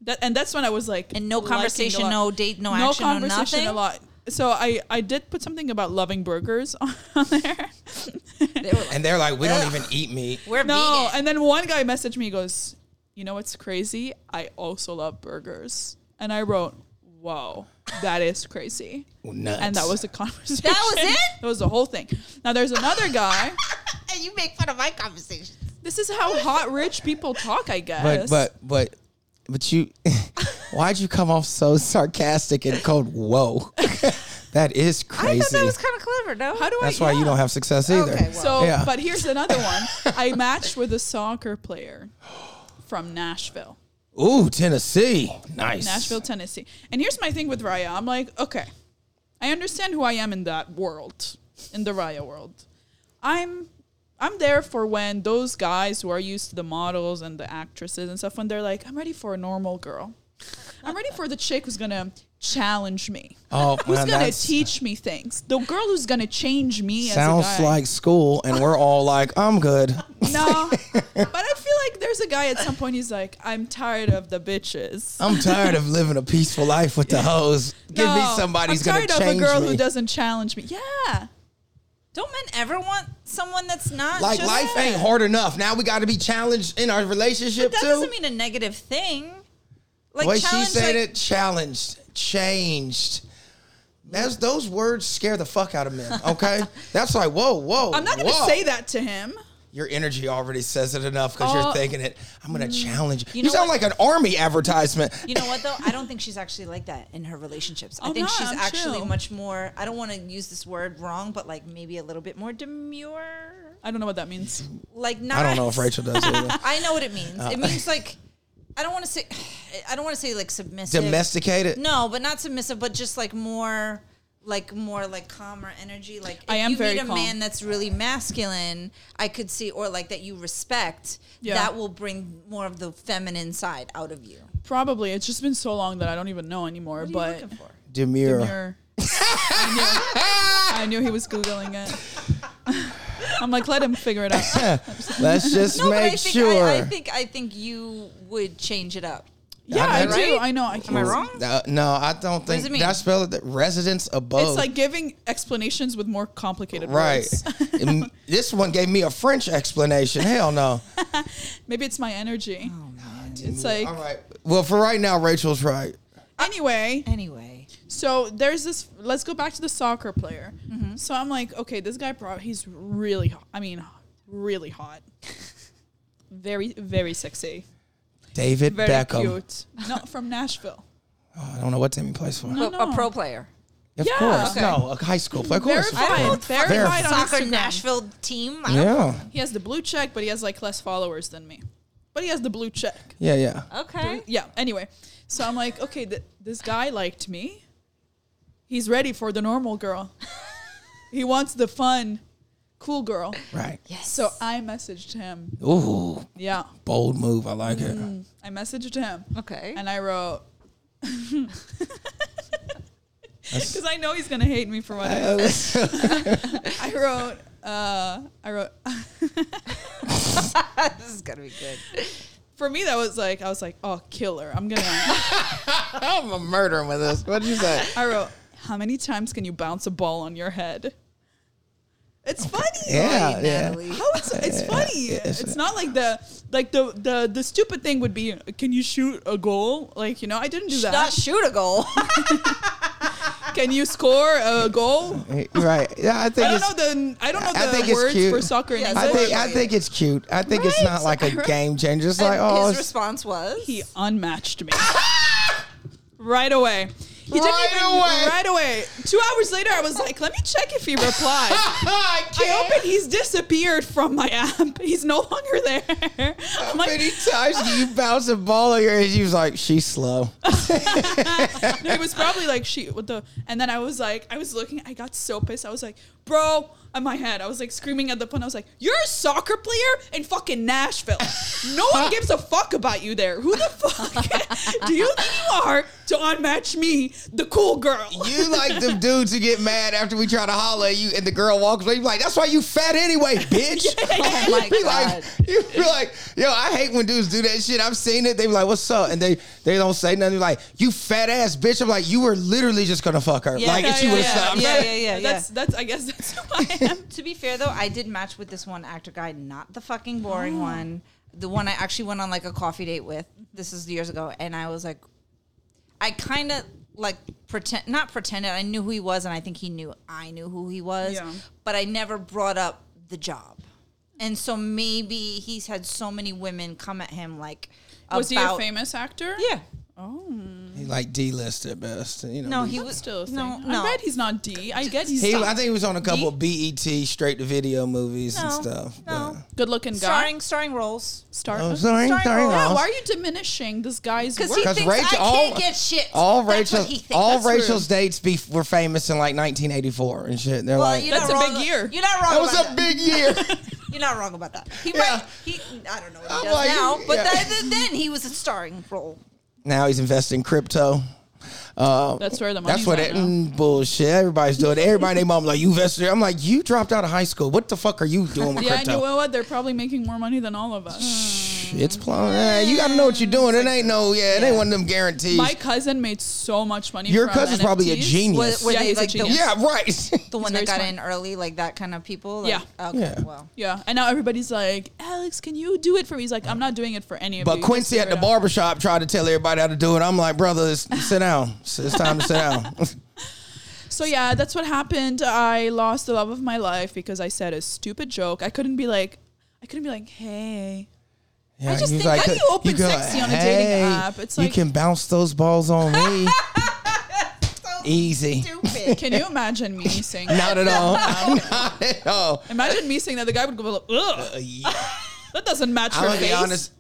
Speaker 5: that and that's when I was like,
Speaker 4: And no
Speaker 5: liking a
Speaker 4: conversation,
Speaker 5: lot.
Speaker 4: no date, no action, no nothing?
Speaker 5: a lot. So I I did put something about loving burgers (laughs) on there.
Speaker 4: They were like,
Speaker 3: and they're like, we don't even eat meat.
Speaker 4: We're
Speaker 5: no,
Speaker 4: vegan.
Speaker 5: and then one guy messaged me he goes, you know what's crazy? I also love burgers, and I wrote, whoa, that is crazy.
Speaker 3: Nuts.
Speaker 5: And that
Speaker 4: (laughs)
Speaker 5: was the conversation.
Speaker 4: That was it?
Speaker 5: That was the whole thing. Now there's another guy.
Speaker 4: (laughs) And you make fun of my conversation.
Speaker 5: This is how hot rich people talk, I
Speaker 3: But
Speaker 5: guess.
Speaker 3: but but but you, (laughs) why'd you come off so sarcastic and cold? Whoa, (laughs) that is
Speaker 4: I
Speaker 3: crazy.
Speaker 4: thought that was kind of clever, no?
Speaker 5: how do I?
Speaker 3: That's why you
Speaker 5: yeah.
Speaker 3: don't have success either.
Speaker 4: Okay, well.
Speaker 5: So,
Speaker 3: Yeah.
Speaker 5: but here's another one.
Speaker 3: (laughs)
Speaker 5: I matched with a soccer player from Nashville,
Speaker 3: Ooh, Tennessee, nice.
Speaker 5: Oh, Nashville, Tennessee. And here's my thing with Raya. I'm like, okay, I understand who I am in that world, in the Raya world. I'm I'm there for when those guys who are used to the models and the actresses and stuff when they're like, I'm ready for a normal girl. I'm ready for the chick who's gonna challenge me.
Speaker 3: Oh,
Speaker 5: Who's
Speaker 3: man,
Speaker 5: gonna
Speaker 3: that's-
Speaker 5: teach me things? The girl who's gonna change me as
Speaker 3: Sounds
Speaker 5: a guy.
Speaker 3: like school, and we're all like, I'm good.
Speaker 5: No, but I feel like there's a guy at some point. He's like, I'm tired of the bitches.
Speaker 3: I'm tired of living a peaceful life with the hoes. Give me
Speaker 5: No,
Speaker 3: somebody who's
Speaker 5: I'm
Speaker 3: gonna
Speaker 5: tired
Speaker 3: change
Speaker 5: of a girl
Speaker 3: me.
Speaker 5: who doesn't challenge me. Yeah,
Speaker 4: Don't men ever want someone that's not
Speaker 3: like
Speaker 4: just-
Speaker 3: life ain't hard enough. Now we got to be challenged in our relationship
Speaker 4: That
Speaker 3: too.
Speaker 4: doesn't mean a negative thing. Like
Speaker 3: What she
Speaker 4: challenge,
Speaker 3: said
Speaker 4: like,
Speaker 3: it challenged, changed. That's those words scare the fuck out of men.
Speaker 5: (laughs)
Speaker 3: Okay, that's like whoa, whoa.
Speaker 5: I'm not gonna
Speaker 3: whoa.
Speaker 5: say that to him.
Speaker 3: Your energy already says it enough because
Speaker 5: Oh. Mm.
Speaker 3: you're thinking it. I'm gonna challenge. You,
Speaker 4: know
Speaker 3: sound
Speaker 4: what?
Speaker 3: like an army advertisement.
Speaker 4: You know what though? I don't think she's actually like that in her relationships. I
Speaker 5: Oh,
Speaker 4: think
Speaker 5: no,
Speaker 4: she's
Speaker 5: I'm
Speaker 4: actually
Speaker 5: chill.
Speaker 4: much more. I don't want to use this word wrong, but like maybe a little bit more demure.
Speaker 5: I don't know what that means.
Speaker 4: Like not.
Speaker 3: I don't know if Rachel Uh, does either.
Speaker 4: (laughs) I know what it means. It means like I don't want to say. (sighs) I don't want to say like submissive.
Speaker 3: Domesticated.
Speaker 4: No, but not submissive, but just like more, like more like calmer energy. Like if
Speaker 5: I am
Speaker 4: you
Speaker 5: very
Speaker 4: meet a
Speaker 5: calm.
Speaker 4: man that's really masculine, I could see, or like that you respect,
Speaker 5: Yeah.
Speaker 4: that will bring more of the feminine side out of you.
Speaker 5: Probably it's just been so long that I don't even know anymore.
Speaker 4: What are you
Speaker 5: but
Speaker 4: looking for?
Speaker 3: Demure.
Speaker 5: demure. I, knew, I knew he was googling it. (laughs) I'm like, let him figure
Speaker 3: (laughs)
Speaker 5: it out.
Speaker 3: Let's
Speaker 4: (laughs)
Speaker 3: just
Speaker 4: No, but I
Speaker 3: make
Speaker 4: think
Speaker 3: sure.
Speaker 4: I, I think I think you would change it up.
Speaker 5: Yeah, I,
Speaker 3: Am I
Speaker 5: do.
Speaker 4: right?
Speaker 5: I know. I
Speaker 4: Am I
Speaker 5: can't.
Speaker 4: wrong?
Speaker 3: Uh, no, I don't think.
Speaker 4: does it
Speaker 3: Did I
Speaker 4: mean?
Speaker 3: spell it? that- Residence above.
Speaker 5: It's like giving explanations with more complicated
Speaker 3: Oh. right. (laughs)
Speaker 5: words. (laughs)
Speaker 3: Mm, this one gave me a French explanation. Hell
Speaker 4: (laughs)
Speaker 3: no.
Speaker 5: Maybe it's my energy.
Speaker 4: Oh,
Speaker 5: it's like
Speaker 3: All right. Well, for right now, Rachel's right.
Speaker 5: anyway.
Speaker 4: Anyway,
Speaker 5: So there's this. Let's go back to the soccer player. So I'm like, okay, this guy brought. He's really. hot. I mean, really hot. (laughs) very, very sexy.
Speaker 3: David
Speaker 5: Very
Speaker 3: Beckham. Oh,
Speaker 5: cute. Not from (laughs) Nashville.
Speaker 3: I don't know what team he plays for.
Speaker 4: a, a
Speaker 5: no.
Speaker 4: pro player.
Speaker 3: Of
Speaker 5: Yeah.
Speaker 3: course,
Speaker 5: Okay.
Speaker 3: no, a high school player. Of course,
Speaker 5: Verified.
Speaker 3: Of course.
Speaker 5: Verified
Speaker 3: Verified.
Speaker 5: on
Speaker 4: Soccer
Speaker 5: Instagram.
Speaker 4: Nashville team. I don't-
Speaker 3: Yeah,
Speaker 5: He has the blue check, but he has like less followers than me. But he has the blue check.
Speaker 3: yeah, yeah.
Speaker 4: Okay.
Speaker 5: Yeah. Anyway, so I'm like, okay, th- this guy liked me. He's ready for the normal (laughs) girl. he wants the fun, cool girl.
Speaker 3: Right.
Speaker 5: So I messaged him.
Speaker 3: Ooh,
Speaker 5: Yeah.
Speaker 3: bold move. I like
Speaker 4: Mm.
Speaker 3: it.
Speaker 5: I messaged him.
Speaker 4: Okay.
Speaker 5: And I wrote, because I know he's going to hate me for what I
Speaker 3: Uh, let's-
Speaker 5: (laughs) I wrote, uh, I wrote,
Speaker 4: (laughs) this is gonna be good.
Speaker 5: for me, that was like, I was like, oh, killer. I'm going to.
Speaker 3: I'm a murdering with this. What'd you say?
Speaker 5: I wrote, How many times can you bounce a ball on your head? It's funny.
Speaker 3: (laughs) Yeah,
Speaker 4: Sorry,
Speaker 3: yeah.
Speaker 4: Natalie.
Speaker 5: How it's,
Speaker 3: (laughs)
Speaker 5: it's funny. It's not like the like the, the the stupid thing would be can you shoot a goal? Like, you know, I didn't do
Speaker 4: Not
Speaker 5: that.
Speaker 4: shoot a goal.
Speaker 5: Can you score a goal?
Speaker 3: right. Yeah, I think
Speaker 5: I don't
Speaker 3: it's,
Speaker 5: know the I don't know
Speaker 3: I think
Speaker 5: the
Speaker 3: it's
Speaker 5: words
Speaker 3: cute.
Speaker 5: for soccer in
Speaker 4: Yes,
Speaker 5: English.
Speaker 3: I think I
Speaker 4: Right.
Speaker 3: think it's cute. I think it's not like a
Speaker 5: Right.
Speaker 3: game changer. It's like
Speaker 4: And
Speaker 3: oh,
Speaker 4: his (laughs)
Speaker 3: it's-
Speaker 4: response was
Speaker 5: he unmatched me right away. He didn't
Speaker 3: Right
Speaker 5: even
Speaker 3: away.
Speaker 5: right away. Two hours later, I was like, "Let me check if he replied."
Speaker 3: (laughs) I
Speaker 5: I open. He's disappeared from my app. He's no longer there. I'm
Speaker 3: How many
Speaker 5: like,
Speaker 3: times do you bounce a ball at her and she was like, she's slow.
Speaker 5: no, he was probably like, "She what the?" And then I was like, I was looking. I got so pissed. I was like, "Bro." In my head, I was like screaming at the phone. I was like, "You're a soccer player in fucking Nashville. No
Speaker 4: (laughs)
Speaker 5: one gives a fuck about you there. Who the fuck (laughs) do you think you are to unmatch me, the cool girl?"
Speaker 3: You
Speaker 4: (laughs)
Speaker 3: like them dudes who get mad after we try to holler at you and the girl walks away. You're like, that's why you fat
Speaker 4: (laughs)
Speaker 3: anyway, bitch.
Speaker 4: Oh my
Speaker 3: Be
Speaker 4: god.
Speaker 3: like, you be like, yo, I hate when dudes do that shit. I've seen it. They be like, what's up? And they they don't say nothing. They're like, you fat ass bitch. I'm like, you were literally just gonna fuck her.
Speaker 4: Yeah,
Speaker 3: like,
Speaker 4: yeah,
Speaker 3: if she
Speaker 4: yeah,
Speaker 3: would
Speaker 4: yeah.
Speaker 3: have stopped.
Speaker 4: Yeah, yeah, yeah,
Speaker 5: That's that's. I guess that's (laughs) who I
Speaker 4: (laughs)
Speaker 5: am.
Speaker 4: Um, To be fair though, I did match with this one actor guy, not the fucking boring
Speaker 5: Oh.
Speaker 4: one. The one I actually went on like a coffee date with. This is years ago, and I was like, I kind of like pretend, not pretended. I knew who he was, and I think he knew I knew who he was,
Speaker 5: Yeah.
Speaker 4: but I never brought up the job. And so maybe he's had so many women come at him like,
Speaker 5: Was he a
Speaker 4: about-
Speaker 5: famous actor?
Speaker 4: Yeah,
Speaker 3: He like D list at best. You know,
Speaker 4: no,
Speaker 3: he,
Speaker 4: he
Speaker 5: That's
Speaker 4: was
Speaker 5: still a thing.
Speaker 4: no,
Speaker 5: I'm
Speaker 4: no.
Speaker 5: glad he's not D. I get he's
Speaker 3: I think he was on a couple
Speaker 5: D-
Speaker 3: of BET straight to video movies and
Speaker 4: No,
Speaker 3: stuff.
Speaker 4: no.
Speaker 5: good looking guy.
Speaker 4: starring starring roles.
Speaker 5: Star.
Speaker 3: But, I'm Oh, sorry,
Speaker 4: Starring
Speaker 3: sorry,
Speaker 4: role.
Speaker 5: Yeah,
Speaker 3: Ross.
Speaker 5: why are you diminishing this guy's work?
Speaker 4: Because he
Speaker 3: 'Cause
Speaker 4: thinks I
Speaker 3: Rachel-
Speaker 4: can't
Speaker 3: all-
Speaker 4: get shit.
Speaker 3: all
Speaker 4: That's
Speaker 3: Rachel,
Speaker 4: what he thinks.
Speaker 3: all
Speaker 4: That's
Speaker 3: Rachel's dates be, were famous in like 1984 and shit. They're
Speaker 4: Well,
Speaker 3: like,
Speaker 4: you're not
Speaker 5: That's a
Speaker 4: wrong-
Speaker 5: big year.
Speaker 4: You're not wrong.
Speaker 3: that was
Speaker 4: about
Speaker 3: a big
Speaker 4: (laughs)
Speaker 3: year.
Speaker 4: You're not wrong about that. He
Speaker 3: Yeah.
Speaker 4: might. He. I don't know what he
Speaker 3: I'm
Speaker 4: does
Speaker 3: like,
Speaker 4: now, but
Speaker 3: yeah.
Speaker 4: th- th- then he was a starring role.
Speaker 3: now he's investing in crypto. Uh,
Speaker 5: That's where the money's
Speaker 3: that's what
Speaker 5: at
Speaker 3: that
Speaker 5: now.
Speaker 3: mm, bullshit. Everybody's doing. it. Everybody, their mom like you invested. I'm like you dropped out of high school. What the fuck are you doing (laughs) with
Speaker 5: Yeah, and you
Speaker 3: crypto?
Speaker 5: know what? They're probably making more money than all of us.
Speaker 3: It's plumb. eh, you got to know what you're doing. It ain't no. Yeah, it ain't one of them guarantees.
Speaker 5: My cousin made so much money.
Speaker 3: Your
Speaker 5: from
Speaker 3: cousin's probably a
Speaker 5: NFTs.
Speaker 3: genius.
Speaker 4: Were
Speaker 5: Yeah,
Speaker 4: they
Speaker 5: he's a
Speaker 4: like the-
Speaker 5: genius.
Speaker 3: yeah, right.
Speaker 4: The one
Speaker 5: very
Speaker 4: that got
Speaker 5: smart.
Speaker 4: in early, like that kind of people. Like,
Speaker 5: Yeah.
Speaker 4: Okay.
Speaker 3: Yeah.
Speaker 4: Well.
Speaker 5: Yeah, and now everybody's like, Alex, can you do it for me? He's like, I'm not doing it for any of
Speaker 3: (laughs)
Speaker 5: you.
Speaker 3: But
Speaker 5: You
Speaker 3: Quincy
Speaker 5: just
Speaker 3: at the
Speaker 5: figure it out."
Speaker 3: barbershop tried to tell everybody how to do it. I'm like, brother, it's, sit down. It's, it's time to sit
Speaker 5: (laughs)
Speaker 3: down.
Speaker 5: So yeah, that's what happened. I lost the love of my life because I said a stupid joke. I couldn't be like, I couldn't be like, hey,
Speaker 3: (laughs) Yeah,
Speaker 5: just
Speaker 3: you
Speaker 5: think, how do you open sexy on a dating app? It's
Speaker 3: you
Speaker 5: like-
Speaker 3: can bounce those balls on
Speaker 5: (laughs)
Speaker 3: me.
Speaker 4: So
Speaker 3: (laughs)
Speaker 4: (laughs)
Speaker 3: Easy.
Speaker 4: Stupid.
Speaker 3: (laughs)
Speaker 5: can you imagine me saying? that?
Speaker 3: Not at
Speaker 5: (laughs)
Speaker 3: all. (laughs) Not at all.
Speaker 5: Imagine me saying that the guy would go, ugh, that doesn't match
Speaker 3: I'm
Speaker 5: her
Speaker 3: gonna
Speaker 5: face.
Speaker 3: be honest.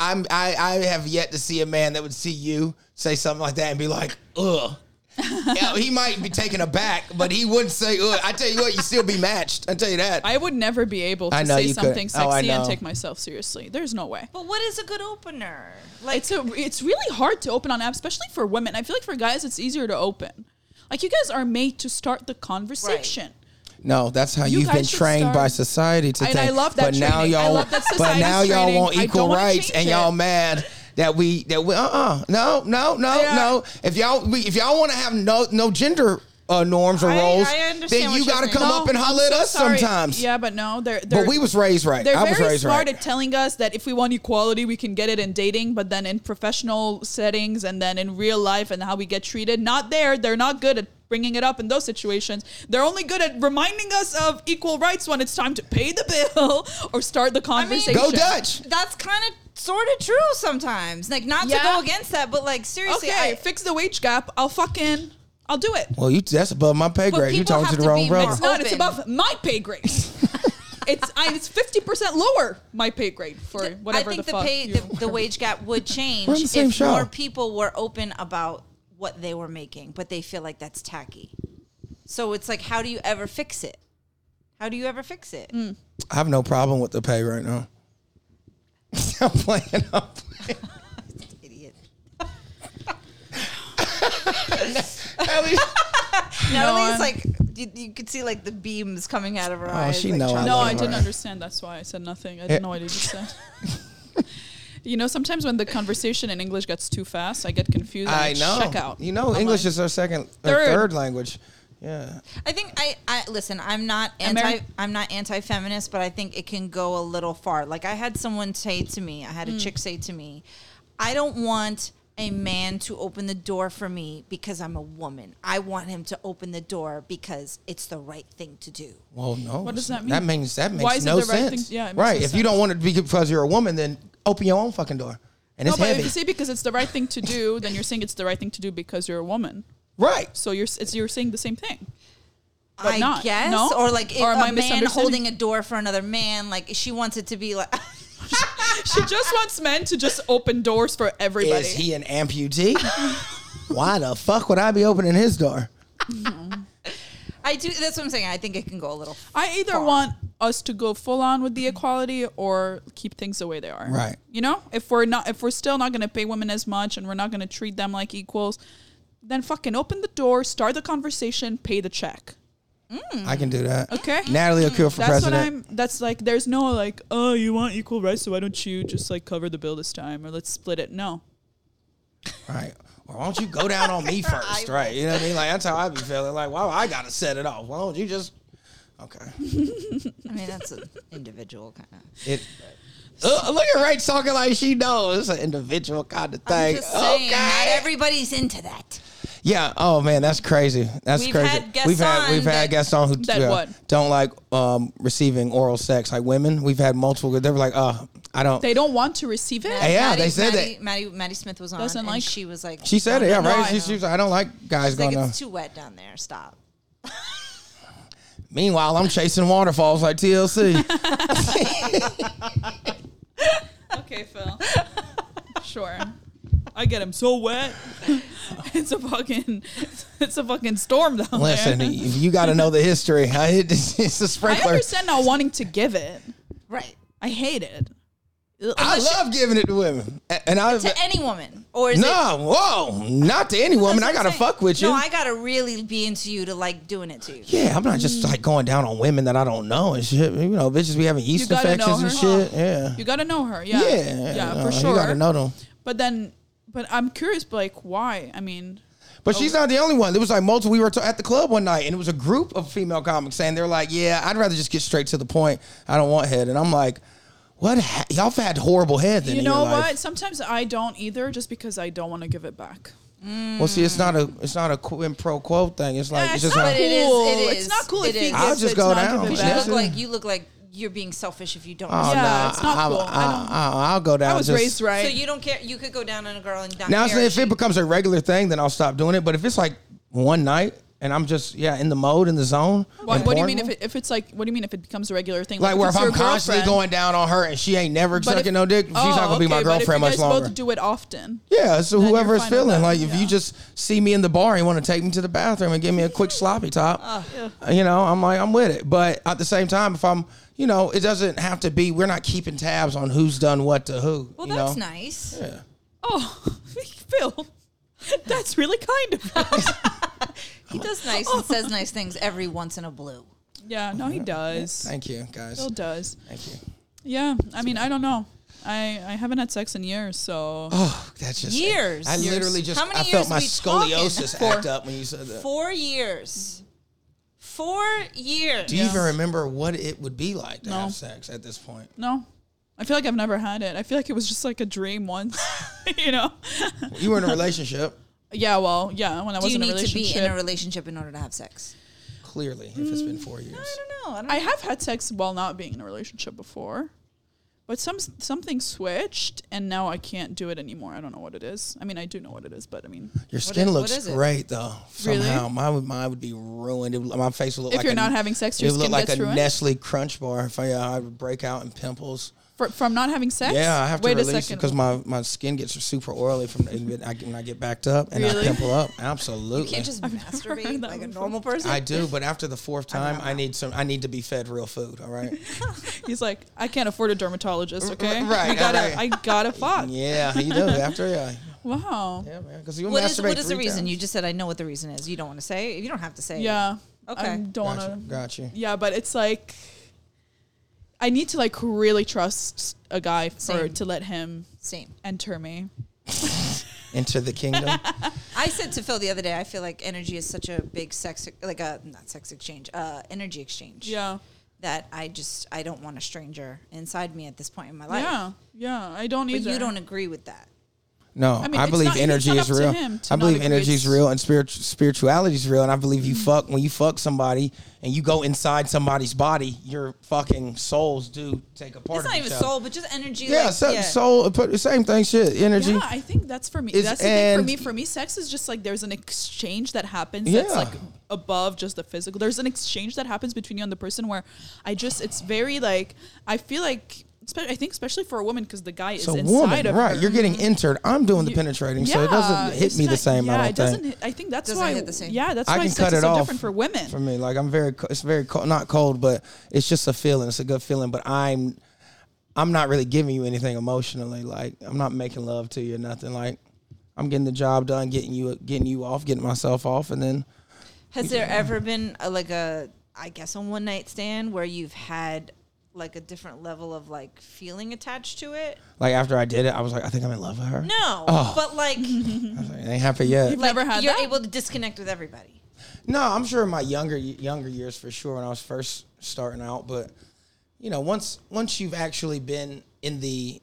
Speaker 3: I'm I, I have yet to see a man that would see you say something like that and be like,
Speaker 5: (laughs)
Speaker 3: ugh. yeah, he might be taken aback, but he wouldn't say, ugh. I tell you what, you still be matched. I tell you that.
Speaker 5: I would never be able
Speaker 3: I
Speaker 5: to
Speaker 3: know
Speaker 5: say
Speaker 3: you couldn't.
Speaker 5: something
Speaker 3: Oh, I
Speaker 5: sexy and
Speaker 3: know.
Speaker 5: take myself seriously. There's no way.
Speaker 4: But what is a good opener? Like
Speaker 5: It's a, it's really hard to open on apps, especially for women. I feel like for guys, it's easier to open. Like you guys are made to start the conversation.
Speaker 3: No, that's how
Speaker 5: You
Speaker 3: you have been
Speaker 5: guys should
Speaker 3: trained by
Speaker 5: start-
Speaker 3: society to
Speaker 5: And
Speaker 3: think.
Speaker 5: I love that
Speaker 3: But now
Speaker 5: training. I
Speaker 3: y'all,
Speaker 5: love that
Speaker 3: but
Speaker 5: society's
Speaker 3: now y'all
Speaker 5: training.
Speaker 3: want
Speaker 5: I
Speaker 3: equal
Speaker 5: don't wanna
Speaker 3: rights,
Speaker 5: change
Speaker 3: and y'all
Speaker 5: it.
Speaker 3: mad that we that we uh uh no no no
Speaker 5: Yeah.
Speaker 3: no. If y'all we, if y'all want to have no no gender uh, norms or
Speaker 4: I-
Speaker 3: roles,
Speaker 4: I understand
Speaker 3: then
Speaker 4: what
Speaker 3: you
Speaker 4: you're
Speaker 3: got to
Speaker 4: saying.
Speaker 3: come
Speaker 5: No,
Speaker 3: up and holler at
Speaker 5: I'm so
Speaker 3: us
Speaker 5: sorry.
Speaker 3: sometimes.
Speaker 5: Yeah, but no, they're, they're
Speaker 3: But we was raised right.
Speaker 5: They're
Speaker 3: I was
Speaker 5: very
Speaker 3: raised
Speaker 5: smart
Speaker 3: right.
Speaker 5: at telling us that if we want equality, we can get it in dating, but then in professional settings and then in real life and how we get treated, not there. They're not good at bringing it up in those situations. They're only good at reminding us of equal rights when it's time to pay the bill (laughs) or start the conversation.
Speaker 3: Go Dutch.
Speaker 4: that's kind of sort of true sometimes. Like not to
Speaker 5: Yeah.
Speaker 4: go against that, but like seriously,
Speaker 5: Okay,
Speaker 4: I-
Speaker 5: fix the wage gap. I'll fucking, I'll do it.
Speaker 3: Well, you that's above my pay
Speaker 4: But
Speaker 3: grade. You
Speaker 4: people
Speaker 3: talking to
Speaker 4: have
Speaker 3: the
Speaker 4: to
Speaker 3: wrong
Speaker 4: be
Speaker 3: brother.
Speaker 5: It's not. It's
Speaker 4: Open.
Speaker 5: above my
Speaker 3: (laughs)
Speaker 5: pay grade. it's I, it's fifty percent lower my pay grade for whatever
Speaker 4: I think
Speaker 5: the,
Speaker 4: the,
Speaker 5: fuck.
Speaker 4: pay,
Speaker 5: you-
Speaker 4: the, the wage gap would change
Speaker 3: We're on the same
Speaker 4: if
Speaker 3: show.
Speaker 4: more people were open about what they were making, but they feel like that's tacky. So it's like, how do you ever fix it? How do you ever fix it?
Speaker 3: I have no problem with the pay right now. (laughs) I'm playing. I'm
Speaker 5: (laughs)
Speaker 3: playing.
Speaker 4: Idiot.
Speaker 3: At least-
Speaker 4: Natalie's
Speaker 5: I-
Speaker 4: like, you, you could see like the beams coming out of her
Speaker 3: Oh,
Speaker 4: eyes.
Speaker 3: she
Speaker 4: like,
Speaker 3: know I
Speaker 4: trying-
Speaker 5: No,
Speaker 3: love
Speaker 5: I
Speaker 3: her.
Speaker 5: didn't understand. That's why I said nothing. I didn't know what he just said. (laughs) you know, sometimes when the conversation in English gets too fast, I get confused.
Speaker 3: I know.
Speaker 5: Check out.
Speaker 3: You know,
Speaker 5: I'm
Speaker 3: English
Speaker 5: like,
Speaker 3: is our second, or
Speaker 5: Third.
Speaker 3: third language. Yeah.
Speaker 4: I think I, I listen. I'm not anti.
Speaker 5: Ameri-
Speaker 4: I'm not anti-feminist, but I think it can go a
Speaker 5: Mm.
Speaker 4: little far. Like I had someone say to me, I had a chick say to me, "I don't want a man to open the door for me because I'm a woman. I want him to open the door because it's the right thing to do.
Speaker 3: Well, no.
Speaker 5: What does that mean?
Speaker 3: That means that
Speaker 5: Why
Speaker 3: makes
Speaker 5: is it
Speaker 3: no
Speaker 5: the right thing-
Speaker 3: sense.
Speaker 5: yeah, it makes
Speaker 3: right.
Speaker 5: no
Speaker 3: if you don't
Speaker 5: sense.
Speaker 3: want it to be because you're a woman, then open your own fucking door. And it's
Speaker 5: no, but
Speaker 3: heavy.
Speaker 5: if you say because it's the right thing to do, then you're saying it's the right thing to do because you're a woman.
Speaker 3: right.
Speaker 5: So you're s- it's, you're saying the same thing. But
Speaker 4: I
Speaker 5: not,
Speaker 4: guess,
Speaker 5: no?
Speaker 4: or like
Speaker 5: Or
Speaker 4: a
Speaker 5: am I
Speaker 4: man
Speaker 5: misunderstanding?
Speaker 4: holding a door for another man. Like she wants it to be like. (laughs)
Speaker 5: She just wants men to just open doors for everybody.
Speaker 3: Is he an amputee?
Speaker 5: (laughs)
Speaker 3: Why the fuck would I be opening his door?
Speaker 4: I do. That's what I'm saying. I think it can go a little.
Speaker 5: I either want us to go full on with the equality or keep things the way they are.
Speaker 3: Right.
Speaker 5: You know, if we're not, if we're still not going to pay women as much and we're not going to treat them like equals, then fucking open the door, start the conversation, pay the check.
Speaker 3: I can do that.
Speaker 5: Okay. Mm,
Speaker 3: Natalie O'Keefe for
Speaker 5: That's
Speaker 3: president.
Speaker 5: what I'm. That's like. There's no like. Oh, you want equal rights, so why don't you just like cover the bill this time, or let's split it? No.
Speaker 3: Right. Well, why don't you go down on
Speaker 5: (laughs)
Speaker 3: me first? Right. You know what I mean? Like that's how I be feeling. Like, wow, I gotta set it off. Why don't you just Okay.
Speaker 4: I mean, that's
Speaker 5: (laughs)
Speaker 4: an individual kind of.
Speaker 3: It Ugh, look at Rach talking like she knows. It's an individual kind of
Speaker 4: I'm
Speaker 3: thing.
Speaker 4: just saying, not
Speaker 3: Okay.
Speaker 4: everybody's into that.
Speaker 3: yeah. Oh man, that's crazy. That's
Speaker 4: We've
Speaker 3: crazy.
Speaker 4: had guests
Speaker 3: we've had
Speaker 4: on
Speaker 3: we've
Speaker 4: that-
Speaker 3: had guests on who
Speaker 5: that
Speaker 3: yeah,
Speaker 5: what?
Speaker 3: don't like um, receiving oral sex. Like women, we've had multiple. They were like, uh, I don't.
Speaker 5: They don't want to receive it.
Speaker 3: Hey, yeah, they said
Speaker 4: Maddie,
Speaker 3: that.
Speaker 4: Maddie, Maddie Smith was on,
Speaker 5: Doesn't
Speaker 4: and
Speaker 5: like-
Speaker 4: she was like,
Speaker 3: she said it. Yeah,
Speaker 4: No,
Speaker 3: right.
Speaker 4: I
Speaker 3: She,
Speaker 4: know.
Speaker 3: she was like, I don't like guys
Speaker 4: She's like,
Speaker 3: going. to
Speaker 4: it's too wet down there. Stop.
Speaker 3: Meanwhile, I'm chasing waterfalls
Speaker 4: (laughs)
Speaker 3: like TLC.
Speaker 5: Okay, (laughs) Phil. sure. I get him so wet. (laughs) it's a fucking. (laughs) It's a fucking storm down
Speaker 3: Listen,
Speaker 5: there.
Speaker 3: if you got to know the history. (laughs) I- It's, it's a
Speaker 5: I
Speaker 3: sprinkler.
Speaker 5: understand not wanting to give it.
Speaker 4: Right.
Speaker 5: I hate it.
Speaker 3: I love giving it to women, A- and I no,
Speaker 4: To any woman, or is it?
Speaker 3: whoa, not to any woman. I gotta fuck with you.
Speaker 4: No, I gotta really be into you to like doing it to you.
Speaker 3: yeah, I'm not just
Speaker 5: Hmm.
Speaker 3: like going down on women that I don't know and shit. You know, bitches be having yeast
Speaker 5: gotta know
Speaker 3: infections and
Speaker 5: her.
Speaker 3: shit. Yeah.
Speaker 5: You gotta know her. Yeah.
Speaker 3: yeah,
Speaker 5: Yeah.
Speaker 3: no,
Speaker 5: for sure.
Speaker 3: You gotta know them.
Speaker 5: But then, but I'm curious, but, like, why? I mean,
Speaker 3: But she's not the only one. There was like multiple. We were t- at the club one night, and it was a group of female comics saying they're like, "Yeah, I'd rather just get straight to the point. I don't want head." And I'm like, "What? Ha- y'all have had horrible head? Then
Speaker 5: you
Speaker 3: in
Speaker 5: know
Speaker 3: your
Speaker 5: what?
Speaker 3: life.
Speaker 5: Sometimes I don't either, just because I don't want to give it back.
Speaker 3: Well, see, it's not a it's not a quid pro quo thing. It's like it's just
Speaker 4: not
Speaker 3: how-
Speaker 4: But it is- it
Speaker 5: It's
Speaker 4: is.
Speaker 5: not cool
Speaker 4: It
Speaker 5: if he
Speaker 4: is.
Speaker 5: gives
Speaker 4: I'll
Speaker 5: it,
Speaker 3: just
Speaker 5: it's
Speaker 3: go
Speaker 5: not
Speaker 3: down.
Speaker 5: give it
Speaker 4: You
Speaker 3: Yeah.
Speaker 5: back.
Speaker 4: look like you look like you're being selfish if you don't.
Speaker 3: Oh,
Speaker 5: Yeah,
Speaker 3: nah,
Speaker 5: it's not
Speaker 3: I'm-
Speaker 5: cool. I
Speaker 3: I-
Speaker 5: don't-
Speaker 3: I- I'll go down.
Speaker 5: I was
Speaker 3: just-
Speaker 5: raised right.
Speaker 4: So you don't care. You could go down on a girl and not
Speaker 3: Now, I'm
Speaker 4: care
Speaker 3: saying if
Speaker 4: she-
Speaker 3: it becomes a regular thing, then I'll stop doing it. But if it's like one night and I'm just yeah in the mode in the zone.
Speaker 5: What,
Speaker 3: and
Speaker 5: what do you
Speaker 3: porn
Speaker 5: mean if,
Speaker 3: mode,
Speaker 5: it, if it's like? What do you mean if it becomes a regular thing?
Speaker 3: like where if
Speaker 5: it's
Speaker 3: I'm
Speaker 5: your
Speaker 3: constantly going
Speaker 5: girlfriend,
Speaker 3: down on her and she ain't never
Speaker 5: but if-
Speaker 3: sucking no dick, she's not gonna be
Speaker 5: Oh,
Speaker 3: my
Speaker 5: okay, but if
Speaker 3: girlfriend
Speaker 5: you
Speaker 3: much
Speaker 5: guys
Speaker 3: longer.
Speaker 5: Both do it often.
Speaker 3: yeah, so
Speaker 5: Then you're
Speaker 3: whoever is
Speaker 5: fine with
Speaker 3: feeling
Speaker 5: that,
Speaker 3: like if
Speaker 5: yeah.
Speaker 3: you just see me in the bar and want to take me to the bathroom and give me a
Speaker 5: (laughs)
Speaker 3: quick sloppy top,
Speaker 5: Ah,
Speaker 3: you know, I'm like I'm with it. But at the same time, if I'm, you know, it doesn't have to be. We're not keeping tabs on who's done what to who.
Speaker 4: Well,
Speaker 3: you
Speaker 4: that's
Speaker 3: know?
Speaker 4: nice.
Speaker 3: Yeah.
Speaker 5: Oh, (laughs) Phil, that's really kind of. him.
Speaker 4: He does nice and says nice things every once in a blue.
Speaker 5: yeah, no, he does.
Speaker 3: Thank you, guys.
Speaker 5: Phil does.
Speaker 3: Thank you.
Speaker 5: Yeah, I mean, I don't know. I I haven't had sex in years, so
Speaker 3: Oh, that's just
Speaker 4: Years.
Speaker 3: I
Speaker 4: Years.
Speaker 3: literally just
Speaker 4: How many
Speaker 3: I
Speaker 4: years
Speaker 3: felt my
Speaker 4: we talking?
Speaker 3: scoliosis
Speaker 4: Four.
Speaker 3: act up when you said that.
Speaker 4: Four years. Four years.
Speaker 3: Do you even remember what it would be like to
Speaker 5: No.
Speaker 3: have sex at this point?
Speaker 5: no. I feel like I've never had it. I feel like it was just like a dream once, (laughs) you know.
Speaker 3: You were in a relationship,
Speaker 5: Yeah, well, yeah. When I
Speaker 4: Do
Speaker 5: was
Speaker 4: you
Speaker 5: in a
Speaker 4: need to
Speaker 5: relationship,
Speaker 4: be in a relationship in order to have sex?
Speaker 3: clearly, if it's been four years.
Speaker 4: I don't know. I don't.
Speaker 5: I have had sex while not being in a relationship before, but some something switched, and now I can't do it anymore. I don't know what it is. I mean, I do know what it is, but I mean,
Speaker 3: Your skin
Speaker 4: is- what
Speaker 3: looks
Speaker 4: is it?
Speaker 3: great though.
Speaker 5: Really?
Speaker 3: Somehow, mine would mine would be ruined. It, would- my face would look
Speaker 5: If
Speaker 3: like
Speaker 5: you're
Speaker 3: a-
Speaker 5: not having sex, your
Speaker 3: it would look
Speaker 5: skin
Speaker 3: like
Speaker 5: gets
Speaker 3: a
Speaker 5: ruined?
Speaker 3: Nestle Crunch bar. If I, uh, I would break out in pimples.
Speaker 5: for, from not having sex.
Speaker 3: Yeah, I have
Speaker 5: Wait
Speaker 3: to
Speaker 5: a
Speaker 3: release
Speaker 5: second.
Speaker 3: because my, my skin gets super oily from the, I, when I get backed up and I
Speaker 5: Really?
Speaker 3: pimple up. Absolutely,
Speaker 4: (laughs) You can't just masturbate
Speaker 5: heard that
Speaker 4: like a
Speaker 5: before.
Speaker 4: normal person.
Speaker 3: I do, but after the fourth time, I need some. I need to be fed real food. All
Speaker 5: (laughs)
Speaker 3: right.
Speaker 5: he's like, I can't afford a dermatologist. Okay,
Speaker 3: right,
Speaker 5: I gotta,
Speaker 3: right.
Speaker 5: I gotta fuck.
Speaker 3: yeah, you do. After yeah,
Speaker 5: Wow.
Speaker 3: yeah, man. Because you
Speaker 4: what is
Speaker 3: masturbate
Speaker 4: what is the
Speaker 3: three
Speaker 4: reason?
Speaker 3: times.
Speaker 4: You just said I know what the reason is. You don't want to say. it. You don't have to say. it.
Speaker 5: Yeah.
Speaker 4: Okay.
Speaker 5: I don't
Speaker 3: got
Speaker 5: wanna.
Speaker 3: you. Got you.
Speaker 5: Yeah, but it's like, I need to like really trust a guy for
Speaker 4: Same.
Speaker 5: to let him
Speaker 4: Same.
Speaker 5: enter me.
Speaker 3: Into
Speaker 5: (laughs)
Speaker 3: the kingdom.
Speaker 4: I said to Phil the other day. I feel like energy is such a big sex, like a not sex exchange, uh, energy exchange.
Speaker 5: Yeah.
Speaker 4: That I just I don't want a stranger inside me at this point in my life.
Speaker 5: Yeah. Yeah. I don't
Speaker 4: But
Speaker 5: either.
Speaker 4: you don't agree with that.
Speaker 3: No,
Speaker 5: I mean,
Speaker 3: I
Speaker 5: it's
Speaker 3: believe
Speaker 5: not- it's
Speaker 3: energy
Speaker 5: not
Speaker 3: is
Speaker 5: up to
Speaker 3: real.
Speaker 5: him to
Speaker 3: I
Speaker 5: not
Speaker 3: believe
Speaker 5: agree. Mm.
Speaker 3: energy is
Speaker 5: It's-
Speaker 3: real and spirit, spirituality is real. And I believe you fuck when you fuck somebody and you go inside somebody's body, your fucking souls do take a part.
Speaker 4: It's
Speaker 3: of
Speaker 4: not even
Speaker 3: each other.
Speaker 4: soul, but just energy.
Speaker 3: Yeah,
Speaker 4: like,
Speaker 3: so, soul. put- Same thing. Shit. Energy.
Speaker 5: Yeah, I think that's for me.
Speaker 3: It's-
Speaker 5: that's the thing for
Speaker 3: and-
Speaker 5: me. For me, sex is just like there's an exchange that happens that's
Speaker 3: Yeah.
Speaker 5: like above just the physical. There's an exchange that happens between you and the person where I just it's very like I feel like spe- I think especially for a woman because the guy is
Speaker 3: So
Speaker 5: inside
Speaker 3: woman,
Speaker 5: of
Speaker 3: right?
Speaker 5: her. Mm-hmm.
Speaker 3: You're getting entered. I'm doing the penetrating, so it
Speaker 5: Yeah,
Speaker 3: doesn't hit
Speaker 5: it's
Speaker 3: me the
Speaker 5: not-
Speaker 3: same.
Speaker 5: Yeah,
Speaker 3: I don't
Speaker 5: it doesn't.
Speaker 3: think.
Speaker 5: hit- I think that's
Speaker 4: Doesn't
Speaker 5: why.
Speaker 4: hit the same.
Speaker 5: Yeah, that's
Speaker 3: I
Speaker 5: why
Speaker 3: can
Speaker 5: sex
Speaker 3: cut
Speaker 5: is
Speaker 3: it
Speaker 5: so
Speaker 3: off
Speaker 5: different for women.
Speaker 3: For me, like I'm very, co- it's very cold, not cold, but it's just a feeling. It's a good feeling, but I'm, I'm not really giving you anything emotionally. Like I'm not making love to you or nothing. Like I'm getting the job done, getting you, getting you off, getting myself off, and then
Speaker 4: Has there ever been a, like a, I guess, a one night stand where you've had like a different level of like feeling attached to it?
Speaker 3: like after I did it, I was like, I think I'm in love with her.
Speaker 4: No,
Speaker 3: Oh.
Speaker 4: but like,
Speaker 3: I was like, it ain't happened yet.
Speaker 5: Never
Speaker 4: like,
Speaker 5: had
Speaker 4: You're
Speaker 5: that?
Speaker 4: able to disconnect with everybody.
Speaker 3: No, I'm sure in my younger younger years for sure when I was first starting out, but you know, once once you've actually been in the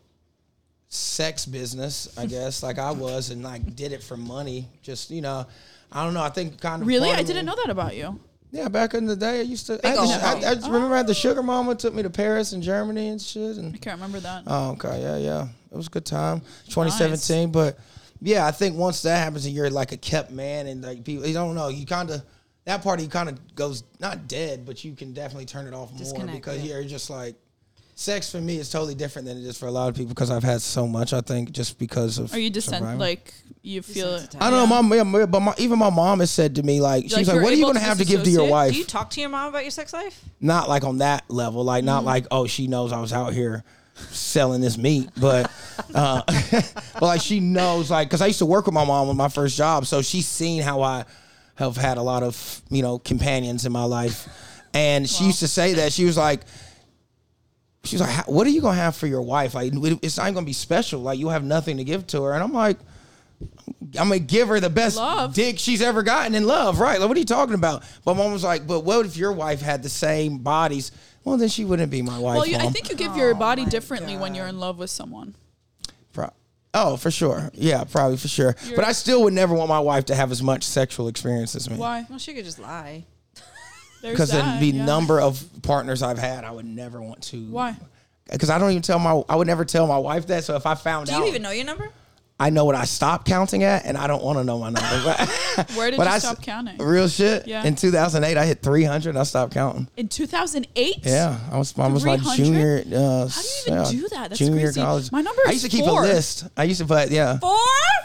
Speaker 3: sex business, I guess, like I was and like did it for money, just you know, I don't know, I think kind of
Speaker 5: Really,
Speaker 3: part
Speaker 5: I
Speaker 3: of
Speaker 5: didn't
Speaker 3: me-
Speaker 5: know that about you.
Speaker 3: Yeah, back in the day, I used to I, had the,
Speaker 4: old
Speaker 3: sh- I,
Speaker 4: house.
Speaker 3: I just remember I had the sugar mama took me to Paris and Germany and shit and
Speaker 5: I can't remember that.
Speaker 3: Oh, okay. Yeah, yeah. It was a good time. 2017. But yeah, I think once that happens and you're like a kept man and like people, you don't know, you kind of, that part of you kind of goes not dead, but you can definitely turn it off more
Speaker 4: Disconnect,
Speaker 3: because
Speaker 4: yeah.
Speaker 3: yeah, you're just like, sex for me is totally different than it is for a lot of people because I've had so much, I think, just because of.
Speaker 5: Are you descent
Speaker 3: survival.
Speaker 5: like you feel?
Speaker 4: Desensitized.
Speaker 3: I don't know, mom, yeah, my- but my, even my mom has said to me, like, she's like,
Speaker 5: you're
Speaker 3: what are you
Speaker 5: able
Speaker 3: going to
Speaker 5: to
Speaker 3: have to give to your
Speaker 5: disassociate? Do
Speaker 3: wife?
Speaker 4: Do you talk to your mom about your sex life?
Speaker 3: not like on that level like not like oh she knows i was out here selling this meat but uh (laughs) but like she knows like because i used to work with my mom with my first job so she's seen how i have had a lot of you know companions in my life and she used to say that she was like she's like "How- what are you gonna have for your wife like it's not gonna be special like you have nothing to give to her and i'm like I'm gonna give her the best
Speaker 5: Love.
Speaker 3: dick she's ever gotten in love, right? Like, what are you talking about? But mom was like, "But what if your wife had the same bodies? Well, then she wouldn't be my wife."
Speaker 5: Well, you, I
Speaker 3: Mom.
Speaker 5: think you give
Speaker 4: Oh
Speaker 5: your body differently when you're in love with someone.
Speaker 3: Pro- oh, for sure, yeah, probably for sure. But I still would never want my wife to have as much sexual experience as me.
Speaker 5: Why?
Speaker 4: Well, she could just lie.
Speaker 5: There's
Speaker 3: Because
Speaker 5: that,
Speaker 3: then the
Speaker 5: yeah.
Speaker 3: number of partners I've had, I would never want to.
Speaker 5: Why?
Speaker 3: Because I don't even tell my, I would never tell my wife that. So if I found
Speaker 4: Do
Speaker 3: out,
Speaker 4: you even know your number?
Speaker 3: I know what I stopped counting at, and I don't want to know my number.
Speaker 5: Where did
Speaker 3: but
Speaker 5: you
Speaker 3: I s-
Speaker 5: stop counting?
Speaker 3: Real shit.
Speaker 5: Yeah.
Speaker 3: In 2008, I hit 300. and I stopped counting.
Speaker 5: In 2008?
Speaker 3: Yeah, I was I was like
Speaker 5: 300?
Speaker 3: junior. Uh,
Speaker 5: How do you even
Speaker 3: yeah,
Speaker 5: do that? That's
Speaker 3: junior
Speaker 5: crazy.
Speaker 3: college.
Speaker 5: My number
Speaker 3: I
Speaker 5: is
Speaker 3: used to keep
Speaker 5: four.
Speaker 3: a list. I used to put yeah.
Speaker 4: Four?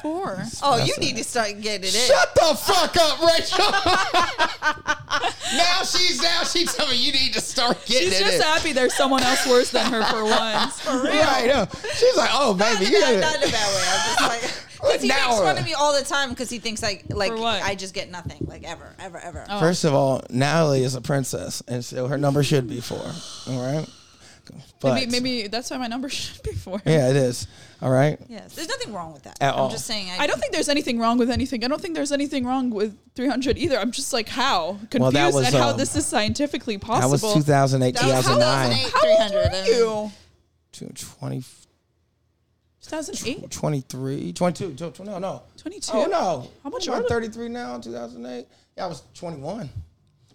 Speaker 5: Four.
Speaker 4: Oh, you need to start getting it in.
Speaker 3: Shut the fuck up, Rachel.
Speaker 5: (laughs)
Speaker 3: now she's now she's telling me you need to start getting
Speaker 5: She's
Speaker 3: it.
Speaker 5: just
Speaker 3: in.
Speaker 5: happy there's someone else worse than her (laughs) for once.
Speaker 3: Right, yeah. She's like, oh
Speaker 4: Not
Speaker 3: baby,
Speaker 4: in
Speaker 3: you
Speaker 4: a bad-
Speaker 3: gotta-
Speaker 4: not in a bad way. I'm
Speaker 3: (laughs)
Speaker 4: just like, 'cause he
Speaker 3: Now
Speaker 4: makes fun
Speaker 3: we're-
Speaker 4: of me all the time because he thinks like like
Speaker 5: For what?
Speaker 4: I just get nothing, like ever, ever, ever.
Speaker 3: First of all, Natalie is a princess, and so her number should be four. All right, but
Speaker 5: maybe, maybe that's why my number (laughs) should be four.
Speaker 3: yeah, it is. All right,
Speaker 4: Yes, there's nothing wrong with that.
Speaker 3: At
Speaker 4: I'm
Speaker 3: all.
Speaker 4: just saying. I,
Speaker 5: I don't think there's anything wrong with anything. I don't think there's anything wrong with 300 either. I'm just like, how? Confused
Speaker 3: Well, that was,
Speaker 5: at how
Speaker 3: um,
Speaker 5: this is scientifically
Speaker 3: that
Speaker 5: possible.
Speaker 3: was 2008,
Speaker 4: was
Speaker 3: 2009,
Speaker 4: 2008.
Speaker 5: How old
Speaker 4: 300,
Speaker 5: were
Speaker 4: I
Speaker 5: you?
Speaker 3: 20,
Speaker 5: 2008?
Speaker 3: 23, 22, 22, no, no.
Speaker 5: 22?
Speaker 3: Oh no!
Speaker 5: How much
Speaker 3: Am I
Speaker 5: older?
Speaker 3: 33 now. 2008. Yeah, I was 21.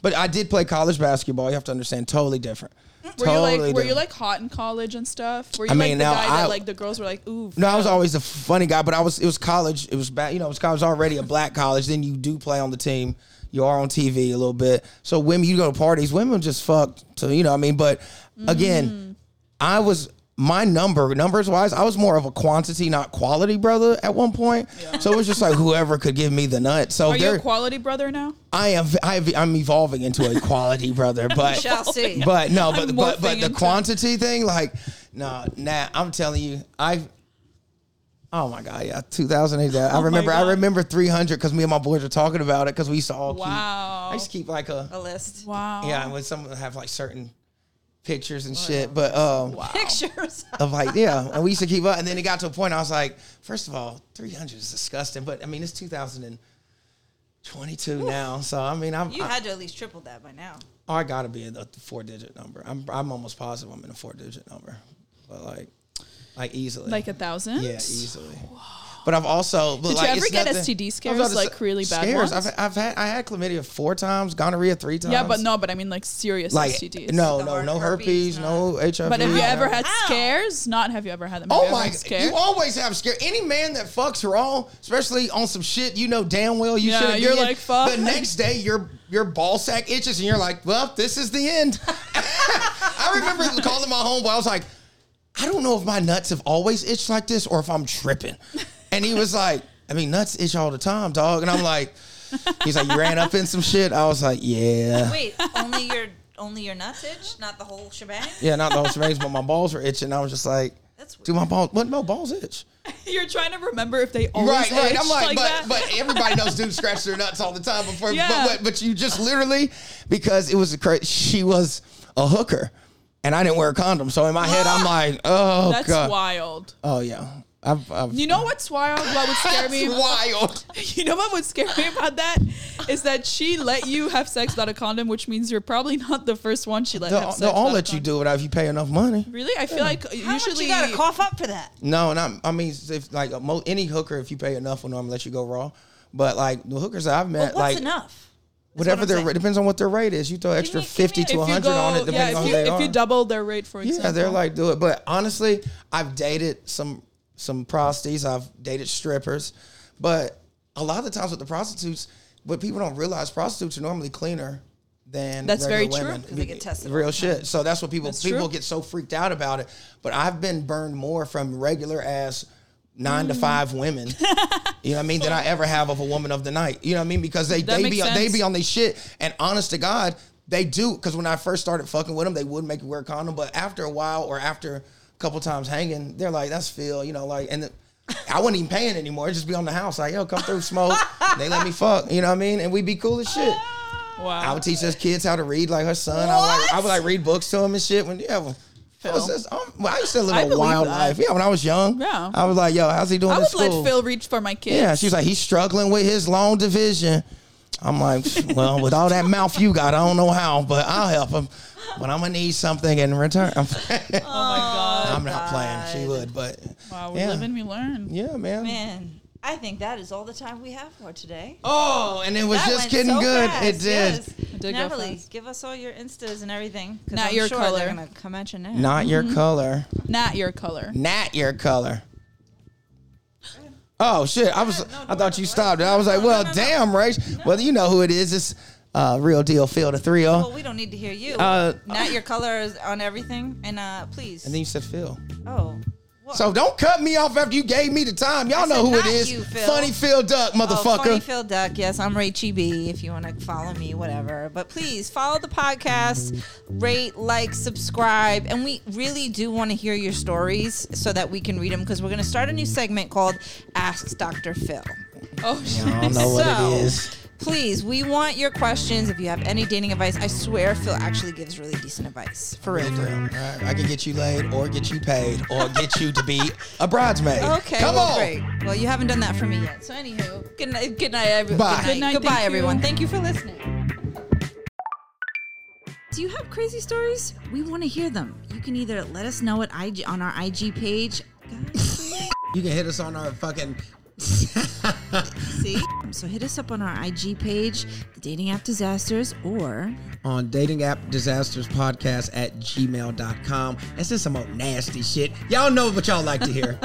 Speaker 3: But I did play college basketball. You have to understand, totally different.
Speaker 5: Were
Speaker 3: totally
Speaker 5: you like were you
Speaker 3: different.
Speaker 5: like hot in college and stuff? Were you
Speaker 3: I
Speaker 5: like
Speaker 3: mean,
Speaker 5: the
Speaker 3: now
Speaker 5: guy
Speaker 3: I-
Speaker 5: that like the girls were like, ooh,
Speaker 3: No, I was always the funny guy, but I was. It was college. It was back. You know, it was college already a black college. Then you do play on the team. You are on TV a little bit. So women, you go to parties. Women just fucked. So you know, what I mean. But
Speaker 5: Mm-hmm.
Speaker 3: again, I was my number numbers wise. I was more of a quantity, not quality, brother. At one point, so it was just like whoever could give me the nut. So
Speaker 5: are you
Speaker 3: there,
Speaker 5: a quality brother now?
Speaker 3: I am. I have, I'm evolving into a quality
Speaker 5: (laughs)
Speaker 3: brother, but
Speaker 4: shall (laughs) see.
Speaker 3: but no, but
Speaker 5: I'm
Speaker 3: but, but
Speaker 5: morphing
Speaker 3: the
Speaker 5: into-
Speaker 3: quantity thing, like, nah, nah. I'm telling you, I. Oh my god, yeah, 2008.
Speaker 5: (laughs)
Speaker 3: that- I
Speaker 5: Oh my
Speaker 3: remember. I
Speaker 5: God.
Speaker 3: remember 300 because me and my boys were talking about it because we used to all.
Speaker 5: Wow.
Speaker 3: Keep, I used to keep like
Speaker 4: a
Speaker 3: a
Speaker 4: list (laughs)
Speaker 5: Wow.
Speaker 3: yeah, and when some would have like certain pictures and shit, but um,
Speaker 4: pictures.
Speaker 3: (laughs) of like yeah, and we used to keep up, and then it got to a point I was like, first of all, 300 is disgusting, but I mean it's 2022 now, so I mean I'm
Speaker 4: You
Speaker 3: I-
Speaker 4: had to at least triple that by now.
Speaker 3: Oh, I gotta be in the four digit number. I'm I'm almost positive I'm in a four digit number, but like, like easily,
Speaker 5: Like a thousand?
Speaker 3: yeah, easily. But I've also but
Speaker 5: Did you
Speaker 3: like,
Speaker 5: ever
Speaker 3: it's
Speaker 5: get
Speaker 3: nothing-
Speaker 5: STD
Speaker 3: I was
Speaker 5: scares,
Speaker 3: about to
Speaker 5: like,
Speaker 3: say-
Speaker 5: really bad
Speaker 3: scares.
Speaker 5: ones?
Speaker 3: I've, I've had I had chlamydia four times, gonorrhea three times.
Speaker 5: Yeah, but no, but I mean like serious
Speaker 3: like
Speaker 5: STDs.
Speaker 3: no,
Speaker 4: The
Speaker 3: no,
Speaker 4: her-
Speaker 3: no
Speaker 4: herpes,
Speaker 3: herpes, no HIV.
Speaker 5: But have you
Speaker 3: no-
Speaker 5: ever had
Speaker 4: Ow.
Speaker 5: scares? Not have you ever had them? Have you
Speaker 3: Oh
Speaker 5: ever
Speaker 3: my!
Speaker 5: had scare?
Speaker 3: You always have scare. Any man that fucks wrong, especially on some shit you know damn well you
Speaker 5: Yeah,
Speaker 3: should.
Speaker 5: you're like, fuck.
Speaker 3: The next day, your your ball sack itches, and you're like, "Well, this is the end." (laughs) I remember calling my homeboy. I was like, "I don't know if my nuts have always itched like this, or if I'm tripping." And he was like, "I mean, nuts itch all the time, dog." And I'm like, "He's like, you ran up in some shit." I was like, "Yeah."
Speaker 4: (laughs) Wait, only your only your nuts itch, not the whole shebang.
Speaker 3: Yeah, not the whole shebang, but my balls were itching. I was just like,
Speaker 4: That's
Speaker 3: do my balls? What? No balls itch.
Speaker 5: (laughs) You're trying to remember if they always
Speaker 3: Right, right.
Speaker 5: itch
Speaker 3: I'm like, but
Speaker 5: that.
Speaker 3: but everybody knows dudes scratch their nuts all the time before.
Speaker 5: Yeah.
Speaker 3: But, but but you just literally because it was a cra- she was a hooker, and I didn't wear a condom, so in my head
Speaker 5: (gasps)
Speaker 3: I'm like, oh
Speaker 5: That's
Speaker 3: god,
Speaker 5: wild.
Speaker 3: oh yeah, I've, I've
Speaker 5: You know what's wild? What would scare
Speaker 3: that's
Speaker 5: me? (laughs)
Speaker 3: wild.
Speaker 5: You know what would scare me about that is that she let you have sex without a condom, which means you're probably not the first one she let have
Speaker 3: They'll,
Speaker 5: sex.
Speaker 3: they'll all
Speaker 5: without a
Speaker 3: let you
Speaker 5: condom.
Speaker 3: do it if you pay enough money.
Speaker 5: Really, I feel like
Speaker 4: How much
Speaker 5: usually
Speaker 4: you gotta cough up for that?
Speaker 3: No, not I mean, if like a mo- any hooker, if you pay enough, will normally let you go raw. But like the hookers that I've
Speaker 4: What's
Speaker 3: met, like
Speaker 4: enough?
Speaker 3: whatever
Speaker 4: I'm
Speaker 3: their
Speaker 4: saying.
Speaker 3: rate depends on what their rate is. You throw extra
Speaker 4: me- give me a-
Speaker 3: fifty
Speaker 5: if
Speaker 3: to
Speaker 5: you
Speaker 3: hundred
Speaker 5: go,
Speaker 3: on it, depending
Speaker 5: yeah,
Speaker 3: on
Speaker 5: if
Speaker 3: who
Speaker 5: you,
Speaker 3: they
Speaker 5: if
Speaker 3: are.
Speaker 5: you double their rate, for example,
Speaker 3: Yeah, they're like do it. But honestly, I've dated some some prostitutes. I've dated strippers, but a lot of the times with the prostitutes, what people don't realize, prostitutes are normally cleaner than
Speaker 5: That's very
Speaker 3: regular
Speaker 5: true,
Speaker 3: women.
Speaker 4: 'cause they get tested all
Speaker 3: Real shit. So that's what people
Speaker 5: That's
Speaker 3: people
Speaker 5: true.
Speaker 3: get so freaked out about it. But I've been burned more from regular ass. Nine to five women, you know what I mean, than I ever have of a woman of the night. You know what I mean? Because they
Speaker 5: That
Speaker 3: they
Speaker 5: makes
Speaker 3: be they
Speaker 5: sense.
Speaker 3: be on their shit. And honest to God, they do. Because when I first started fucking with them, they would make you wear a condom. But after a while, or after a couple times hanging, they're like, "That's Phil," you know, like, and. I wasn't even paying anymore. It'd just be on the house. Like, yo, come through, smoke. they let me fuck. You know what I mean? And we'd be cool as shit. I
Speaker 5: wow.
Speaker 3: would teach those kids how to read, like her son. I would, like, I would like read books to him and shit. When yeah, well, I, was
Speaker 5: Phil.
Speaker 3: just, um, well, I used to
Speaker 5: I
Speaker 3: live a
Speaker 5: believe
Speaker 3: wild
Speaker 5: that.
Speaker 3: life. Yeah, when I was young,
Speaker 5: Yeah.
Speaker 3: I was like, yo, how's he doing?
Speaker 5: I
Speaker 3: in
Speaker 5: would
Speaker 3: school?
Speaker 5: let Phil reach for my kids.
Speaker 3: Yeah, she's like, he's struggling with his long division. I'm like, well, with all that mouth you got, I don't know how, but I'll help him. But I'm gonna need something in return. I'm, (laughs)
Speaker 5: oh my god.
Speaker 3: I'm not playing. She would, but
Speaker 5: Wow, we
Speaker 3: yeah.
Speaker 5: live and we learn.
Speaker 3: yeah, man.
Speaker 4: Man, I think that is all the time we have for today.
Speaker 3: Oh, and it was
Speaker 4: That
Speaker 3: just
Speaker 4: went
Speaker 3: getting
Speaker 4: so
Speaker 3: good.
Speaker 4: fast,
Speaker 3: It did.
Speaker 4: yes.
Speaker 5: did go
Speaker 4: Natalie,
Speaker 5: fast.
Speaker 4: give us all your instas and everything. 'cause
Speaker 5: Not
Speaker 4: I'm
Speaker 5: your
Speaker 4: sure
Speaker 5: color.
Speaker 4: They're gonna come at you now.
Speaker 3: Not your
Speaker 4: Mm-hmm.
Speaker 3: color.
Speaker 5: Not your color.
Speaker 3: Not your color. Oh shit! I was. I thought you stopped. it. I was like, well, damn, right? Well, you know who it is. It's uh, real deal. Phil the three oh.
Speaker 4: Well,
Speaker 3: O.
Speaker 4: we don't need to hear you.
Speaker 3: Uh,
Speaker 4: Not your color is on everything. And uh, please.
Speaker 3: And then you said Phil.
Speaker 4: oh. Well,
Speaker 3: So don't cut me off after you gave me the time. Y'all
Speaker 4: I
Speaker 3: know
Speaker 4: said
Speaker 3: who it
Speaker 4: not
Speaker 3: is.
Speaker 4: you, Phil.
Speaker 3: Funny Phil Duck,
Speaker 4: Oh, Funny
Speaker 3: motherfucker.
Speaker 4: Phil Duck. Yes, I'm Rachy B. If you want to follow me, whatever. But please follow the podcast, rate, like, subscribe, and we really do want to hear your stories so that we can read them because we're going to start a new segment called Ask Dr. Phil.
Speaker 5: Oh shit.
Speaker 3: I don't know what
Speaker 4: So-
Speaker 3: it is.
Speaker 4: Please, we want your questions. If you have any dating advice, I swear Phil actually gives really decent advice. For real,
Speaker 3: Real
Speaker 4: for
Speaker 3: deal.
Speaker 4: real.
Speaker 3: All right, I can get you laid, or get you paid, or get you to be a bridesmaid.
Speaker 4: Okay.
Speaker 3: come
Speaker 4: well,
Speaker 3: on.
Speaker 4: Great. Well, you haven't done that for me yet. So, anywho, good night, good night, everyone.
Speaker 3: Bye.
Speaker 4: Good night.
Speaker 3: Good
Speaker 5: night,
Speaker 4: Goodbye,
Speaker 5: thank you.
Speaker 4: everyone. Thank you for listening. Do you have crazy stories? We want to hear them. You can either let us know at IG on our IG page.
Speaker 3: You can hit us on our fucking.
Speaker 4: (laughs)
Speaker 3: (laughs)
Speaker 4: See? So hit us up on our IG page, the Dating App Disasters, or
Speaker 3: on dating app
Speaker 4: (laughs)
Speaker 3: disasters podcast at gmail.com. That's just some old nasty shit. Y'all know what y'all like to hear.